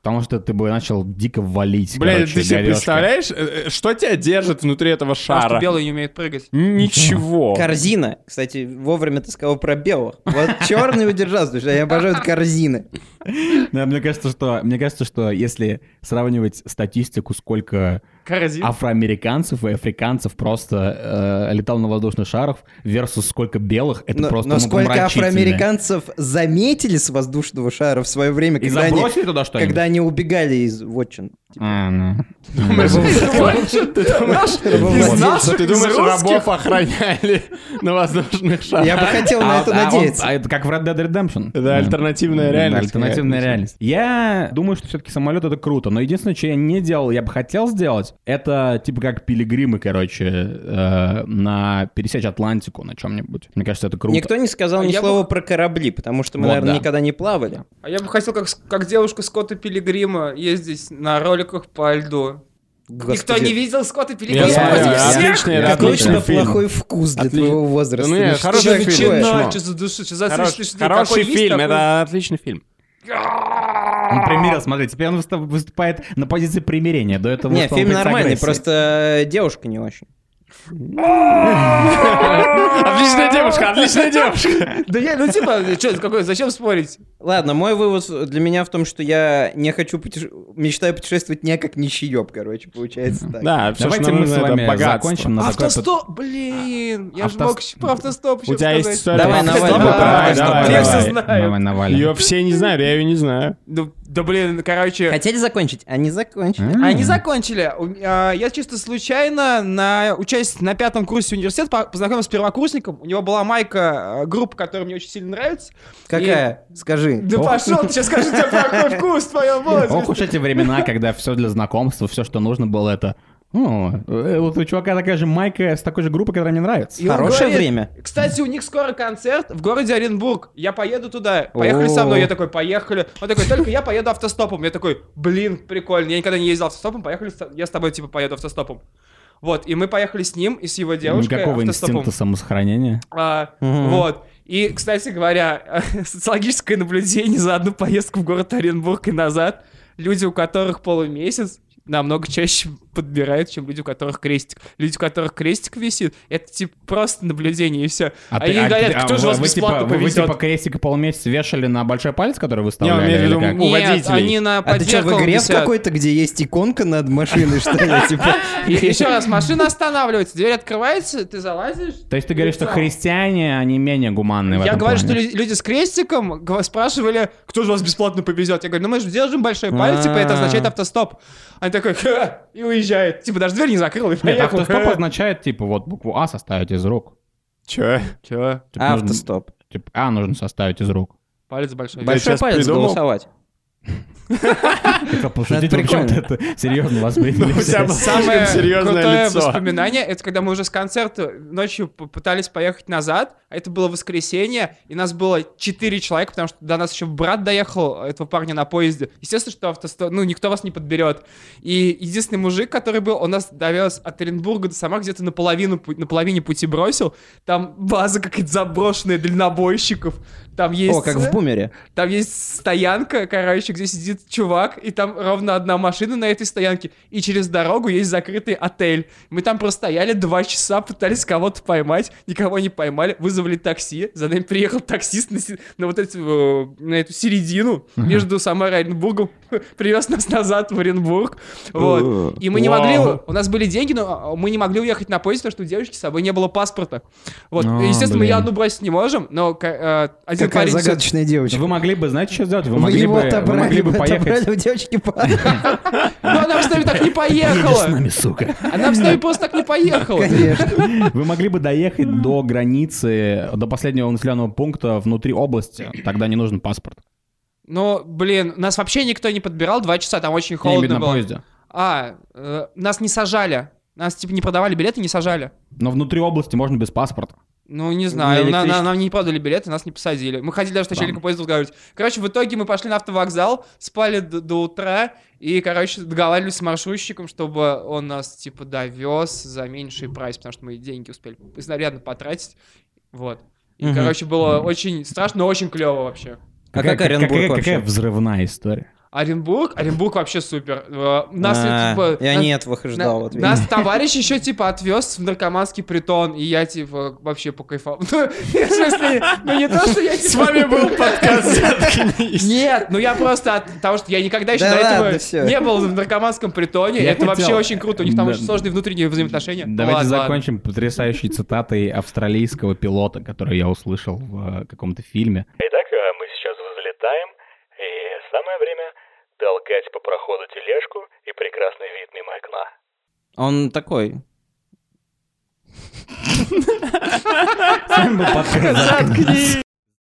Speaker 2: Потому что ты бы начал дико валить.
Speaker 5: Бля,
Speaker 2: короче,
Speaker 5: ты себе
Speaker 2: горёшка.
Speaker 5: представляешь, э, э, что тебя держит внутри этого
Speaker 4: Потому что
Speaker 5: шара?
Speaker 4: белые не умеют прыгать.
Speaker 5: Ничего.
Speaker 3: Корзина. Кстати, вовремя ты сказал про белых. Вот черный удержался, потому что я обожаю корзины.
Speaker 2: Да, мне кажется, что мне кажется, что если сравнивать статистику, сколько
Speaker 4: Корзин.
Speaker 2: афроамериканцев и африканцев просто э, летал на воздушных шарах, versus сколько белых, это
Speaker 3: Но,
Speaker 2: просто ну,
Speaker 3: но сколько
Speaker 2: умопомрачительно.
Speaker 3: афроамериканцев заметили с воздушного шара в свое время,
Speaker 2: И
Speaker 3: когда они,
Speaker 2: забросили туда что-нибудь?
Speaker 3: когда они убегали из вотчин?
Speaker 2: А, ну.
Speaker 5: А
Speaker 4: Из наших,
Speaker 5: Ты
Speaker 4: из
Speaker 5: думаешь,
Speaker 4: русских.
Speaker 5: рабов охраняли на воздушных шарах?
Speaker 3: Я бы хотел на
Speaker 2: А-
Speaker 3: это
Speaker 2: а он-
Speaker 3: надеяться.
Speaker 2: а это как в Red Dead Redemption.
Speaker 5: Это
Speaker 2: Да.
Speaker 5: альтернативная реальность.
Speaker 2: Альтернативная
Speaker 5: какая-то.
Speaker 2: реальность. Я думаю, что все-таки самолет это круто. Но единственное, что я не делал, я бы хотел сделать, это типа как пилигримы, короче, э, на пересечь Атлантику на чем-нибудь. Мне кажется, это круто.
Speaker 3: Никто не сказал
Speaker 4: А
Speaker 3: ни
Speaker 4: я бы-
Speaker 3: слова про корабли, потому что мы,
Speaker 2: Вот,
Speaker 3: наверное,
Speaker 2: да.
Speaker 3: никогда не плавали.
Speaker 4: А я бы хотел, как, с- как девушка Скотта Пилигрима, ездить на роликах по льду. Никто
Speaker 3: Господи.
Speaker 4: не видел Скотта
Speaker 5: Я
Speaker 4: Пилигрима?
Speaker 5: смотрю,
Speaker 4: Господи,
Speaker 5: отличный,
Speaker 4: всех?
Speaker 5: отличный
Speaker 3: Какой же это
Speaker 5: фильм.
Speaker 3: плохой вкус для
Speaker 5: Отлично.
Speaker 3: твоего возраста.
Speaker 5: Ну, не,
Speaker 3: Ну, что
Speaker 5: хороший
Speaker 3: же
Speaker 5: фильм.
Speaker 3: такое?
Speaker 5: Чудно.
Speaker 4: Начинаю, что за душу, что за
Speaker 5: Хорош-
Speaker 4: слышишь, что ты
Speaker 5: Хороший
Speaker 4: какой вид
Speaker 5: фильм,
Speaker 4: такой?
Speaker 5: это отличный фильм.
Speaker 2: Например, смотри, Ну, теперь он выста- выступает на позиции примирения. До этого
Speaker 3: Не,
Speaker 2: выступал
Speaker 3: фильм
Speaker 2: на позиции
Speaker 3: нормальный,
Speaker 2: агрессии.
Speaker 3: просто э, девушка не очень.
Speaker 5: Отличная девушка, отличная девушка.
Speaker 4: Да я, ну типа, чё, какой, зачем спорить?
Speaker 3: Ладно, мой вывод для меня в том, что я не хочу путеше- мечтаю путешествовать не как нищеёб, короче, получается так.
Speaker 5: Да, все,
Speaker 2: Давайте мы с вами закончим
Speaker 5: Ну,
Speaker 4: А
Speaker 2: на такой... под-
Speaker 4: Автостоп, блин, я же
Speaker 2: Авто-
Speaker 4: мог ещё про автостоп
Speaker 5: У
Speaker 4: еще
Speaker 5: тебя есть
Speaker 4: сказать.
Speaker 5: история.
Speaker 3: Давай,
Speaker 5: про
Speaker 3: Навальный, давай,
Speaker 5: автостоп?
Speaker 4: Я
Speaker 5: Давай, давай, давай.
Speaker 4: все
Speaker 2: Давай
Speaker 4: знаю.
Speaker 2: навалим.
Speaker 5: Ее все не знают, я ее не знаю.
Speaker 4: Да Ну, да, блин, короче,
Speaker 3: Хотели закончить, а не закончили.
Speaker 2: М.
Speaker 4: Они закончили. У м- а, Я чисто случайно на участие на пятом курсе университета по- познакомился с первокурсником. У него была майка э, группы, которая мне очень сильно нравится.
Speaker 3: Какая? Скажи.
Speaker 4: Да пошел, ты сейчас скажу тебе про какой вкус в твоем
Speaker 2: Ох
Speaker 4: возрасте.
Speaker 2: уж эти времена, когда все для знакомства, все, что нужно было, это... «О, э, вот у чувака такая же майка с такой же группой, которая мне нравится.
Speaker 4: И он
Speaker 3: Хорошее
Speaker 4: ну, говорит,
Speaker 3: время.
Speaker 4: Кстати, у них скоро концерт в городе Оренбург. Я поеду туда. Поехали со мной. Я такой, поехали. Он такой, только я поеду автостопом. Я такой, блин, прикольно. Я никогда не ездил автостопом. Поехали, с- я с тобой типа поеду автостопом. Вот, и мы поехали с ним и с его девушкой
Speaker 2: Никакого
Speaker 4: автостопом.
Speaker 2: инстинкта самосохранения.
Speaker 4: А,
Speaker 3: Мгм.
Speaker 4: Вот. И, кстати говоря, социологическое наблюдение за одну поездку в город Оренбург и назад. Люди, у которых полумесяц, намного чаще подбирают, чем люди, у которых крестик. Люди, у которых крестик висит, это типа просто наблюдение и все. А,
Speaker 2: ты-
Speaker 4: они
Speaker 2: а
Speaker 4: говорят,
Speaker 2: ты- а
Speaker 4: кто же
Speaker 2: вы-
Speaker 4: вас
Speaker 2: вы
Speaker 4: бесплатно
Speaker 2: типа- Вы
Speaker 4: повезет?
Speaker 2: типа крестик и полумесяц вешали на большой палец, который
Speaker 5: Не, он
Speaker 2: выставляли?
Speaker 5: имеет в
Speaker 2: или
Speaker 5: виду
Speaker 2: как?
Speaker 5: у
Speaker 4: Нет,
Speaker 5: водителей.
Speaker 4: они на
Speaker 3: А ты что, в
Speaker 4: поддержку
Speaker 3: игре в
Speaker 4: висят.
Speaker 3: какой-то, где есть иконка над машиной, что ли? типа?
Speaker 4: И еще раз, машина останавливается, дверь открывается, ты залазишь.
Speaker 2: То есть ты говоришь, что
Speaker 4: лицом.
Speaker 2: христиане, они менее гуманные в
Speaker 4: Я
Speaker 2: этом
Speaker 4: говорю, что
Speaker 2: плане.
Speaker 4: лю- люди с крестиком г- спрашивали, кто же вас бесплатно повезет. Я говорю, ну мы же держим большой палец, типа это означает
Speaker 2: А.
Speaker 4: автостоп. Они такой, «Ха!» и уезжает. Типа даже дверь не закрыл, и
Speaker 2: Нет,
Speaker 4: поехал.
Speaker 2: автостоп означает, типа, вот букву А составить из рук.
Speaker 5: Че?
Speaker 4: Чё?
Speaker 2: Типа, нужно-
Speaker 3: Автостоп.
Speaker 2: типа, А нужно составить из рук.
Speaker 4: Палец большой.
Speaker 3: Большой
Speaker 5: щас
Speaker 3: палец
Speaker 5: придумал.
Speaker 3: голосовать.
Speaker 2: Это пошутить,
Speaker 3: Это прикольно.
Speaker 2: причем это серьезно
Speaker 4: Ну,
Speaker 2: восприняли.
Speaker 5: У тебя
Speaker 2: все.
Speaker 5: было
Speaker 4: Самое
Speaker 5: слишком серьезное
Speaker 4: крутое
Speaker 5: лицо.
Speaker 4: воспоминание, это когда мы уже с концерта ночью попытались поехать назад, а это было воскресенье, и нас было 4 человека, потому что до нас еще брат доехал, этого парня на поезде. Естественно, что автостоп, ну, никто вас не подберет. И единственный мужик, который был, он нас довез от Оренбурга до Самары, где-то наполовину, пу- на половине пути бросил. Там база какая-то заброшенная дальнобойщиков. Там есть...
Speaker 3: О, как в бумере.
Speaker 4: Там есть стоянка, короче, где сидит чувак, и там ровно одна машина на этой стоянке, и через дорогу есть закрытый отель. Мы там простояли два часа, пытались кого-то поймать, никого не поймали, вызвали такси, за нами приехал таксист на, се- на вот эту, э, на эту середину между Самарой и Оренбургом, привез нас назад в Оренбург, вот. И мы не могли,
Speaker 5: Вау.
Speaker 4: у нас были деньги, но а, мы не могли уехать на поезд, потому что у девочки с собой не было паспорта. Вот,
Speaker 2: А,
Speaker 4: естественно, мы
Speaker 2: блин.
Speaker 4: ее одну бросить не можем, но ка- э, один
Speaker 3: Какая
Speaker 4: парень... всё-
Speaker 3: загадочная девочка.
Speaker 2: Вы могли бы, знаете, что сделать? Вы
Speaker 3: Вы
Speaker 2: могли
Speaker 3: его
Speaker 2: бы, вы
Speaker 3: отобрали,
Speaker 2: могли бы
Speaker 3: вы
Speaker 2: поехать
Speaker 3: отобрали у девочки палец.
Speaker 4: Ну, она что-нибудь так не поехала.
Speaker 2: сука.
Speaker 4: Она в нами просто так не поехала.
Speaker 2: Вы могли бы доехать до границы, до последнего населенного пункта внутри области. Тогда не нужен паспорт.
Speaker 4: Ну, блин, нас вообще никто не подбирал два часа, там очень
Speaker 2: Я имею в виду
Speaker 4: холодно
Speaker 2: на
Speaker 4: было.
Speaker 2: поезде.
Speaker 4: А, э, нас не сажали. Нас, типа, не продавали билеты, не сажали.
Speaker 2: Но внутри области можно без паспорта.
Speaker 4: Ну, не знаю, на- на-
Speaker 3: электрички.
Speaker 4: нам не продали билеты, нас не посадили. Мы ходили даже с начальником поезда разговаривать. Короче, в итоге мы пошли на автовокзал, спали до, до утра, и, короче, договаривались с маршрутчиком, чтобы он нас, типа, довез за меньший прайс, потому что мы деньги успели изрядно потратить. Вот. И,
Speaker 3: Мгм.
Speaker 4: короче, было очень страшно, но очень клево вообще.
Speaker 3: А как Оренбург
Speaker 2: Какая
Speaker 3: вообще?
Speaker 2: взрывная история.
Speaker 4: Оренбург? Оренбург вообще супер. Э, Нас,
Speaker 3: А,
Speaker 4: типа...
Speaker 3: Я
Speaker 4: нас-
Speaker 3: не этого
Speaker 4: на-
Speaker 3: ждал. вот видишь.
Speaker 4: нас товарищ еще типа отвез в наркоманский притон, и я типа вообще покайфовал. Ну, в смысле, ну не то, что я С вами был подкаст Нет, ну я просто от того, что я никогда еще
Speaker 3: Да
Speaker 4: до
Speaker 3: ладно,
Speaker 4: этого
Speaker 3: всё.
Speaker 4: не был в наркоманском притоне.
Speaker 2: Я
Speaker 4: Это вообще
Speaker 2: хотел-
Speaker 4: очень круто, у них там
Speaker 2: Да.
Speaker 4: очень сложные внутренние взаимоотношения. Ну,
Speaker 2: Давайте
Speaker 4: ладно, ладно.
Speaker 2: закончим потрясающей цитатой австралийского пилота, которую я услышал в э, каком-то фильме.
Speaker 8: Итак, э, мы сейчас взлетаем, и самое время толкать по проходу тележку и прекрасный вид мимо окна.
Speaker 3: Он такой.
Speaker 2: С вами был подкаст «Заткнись».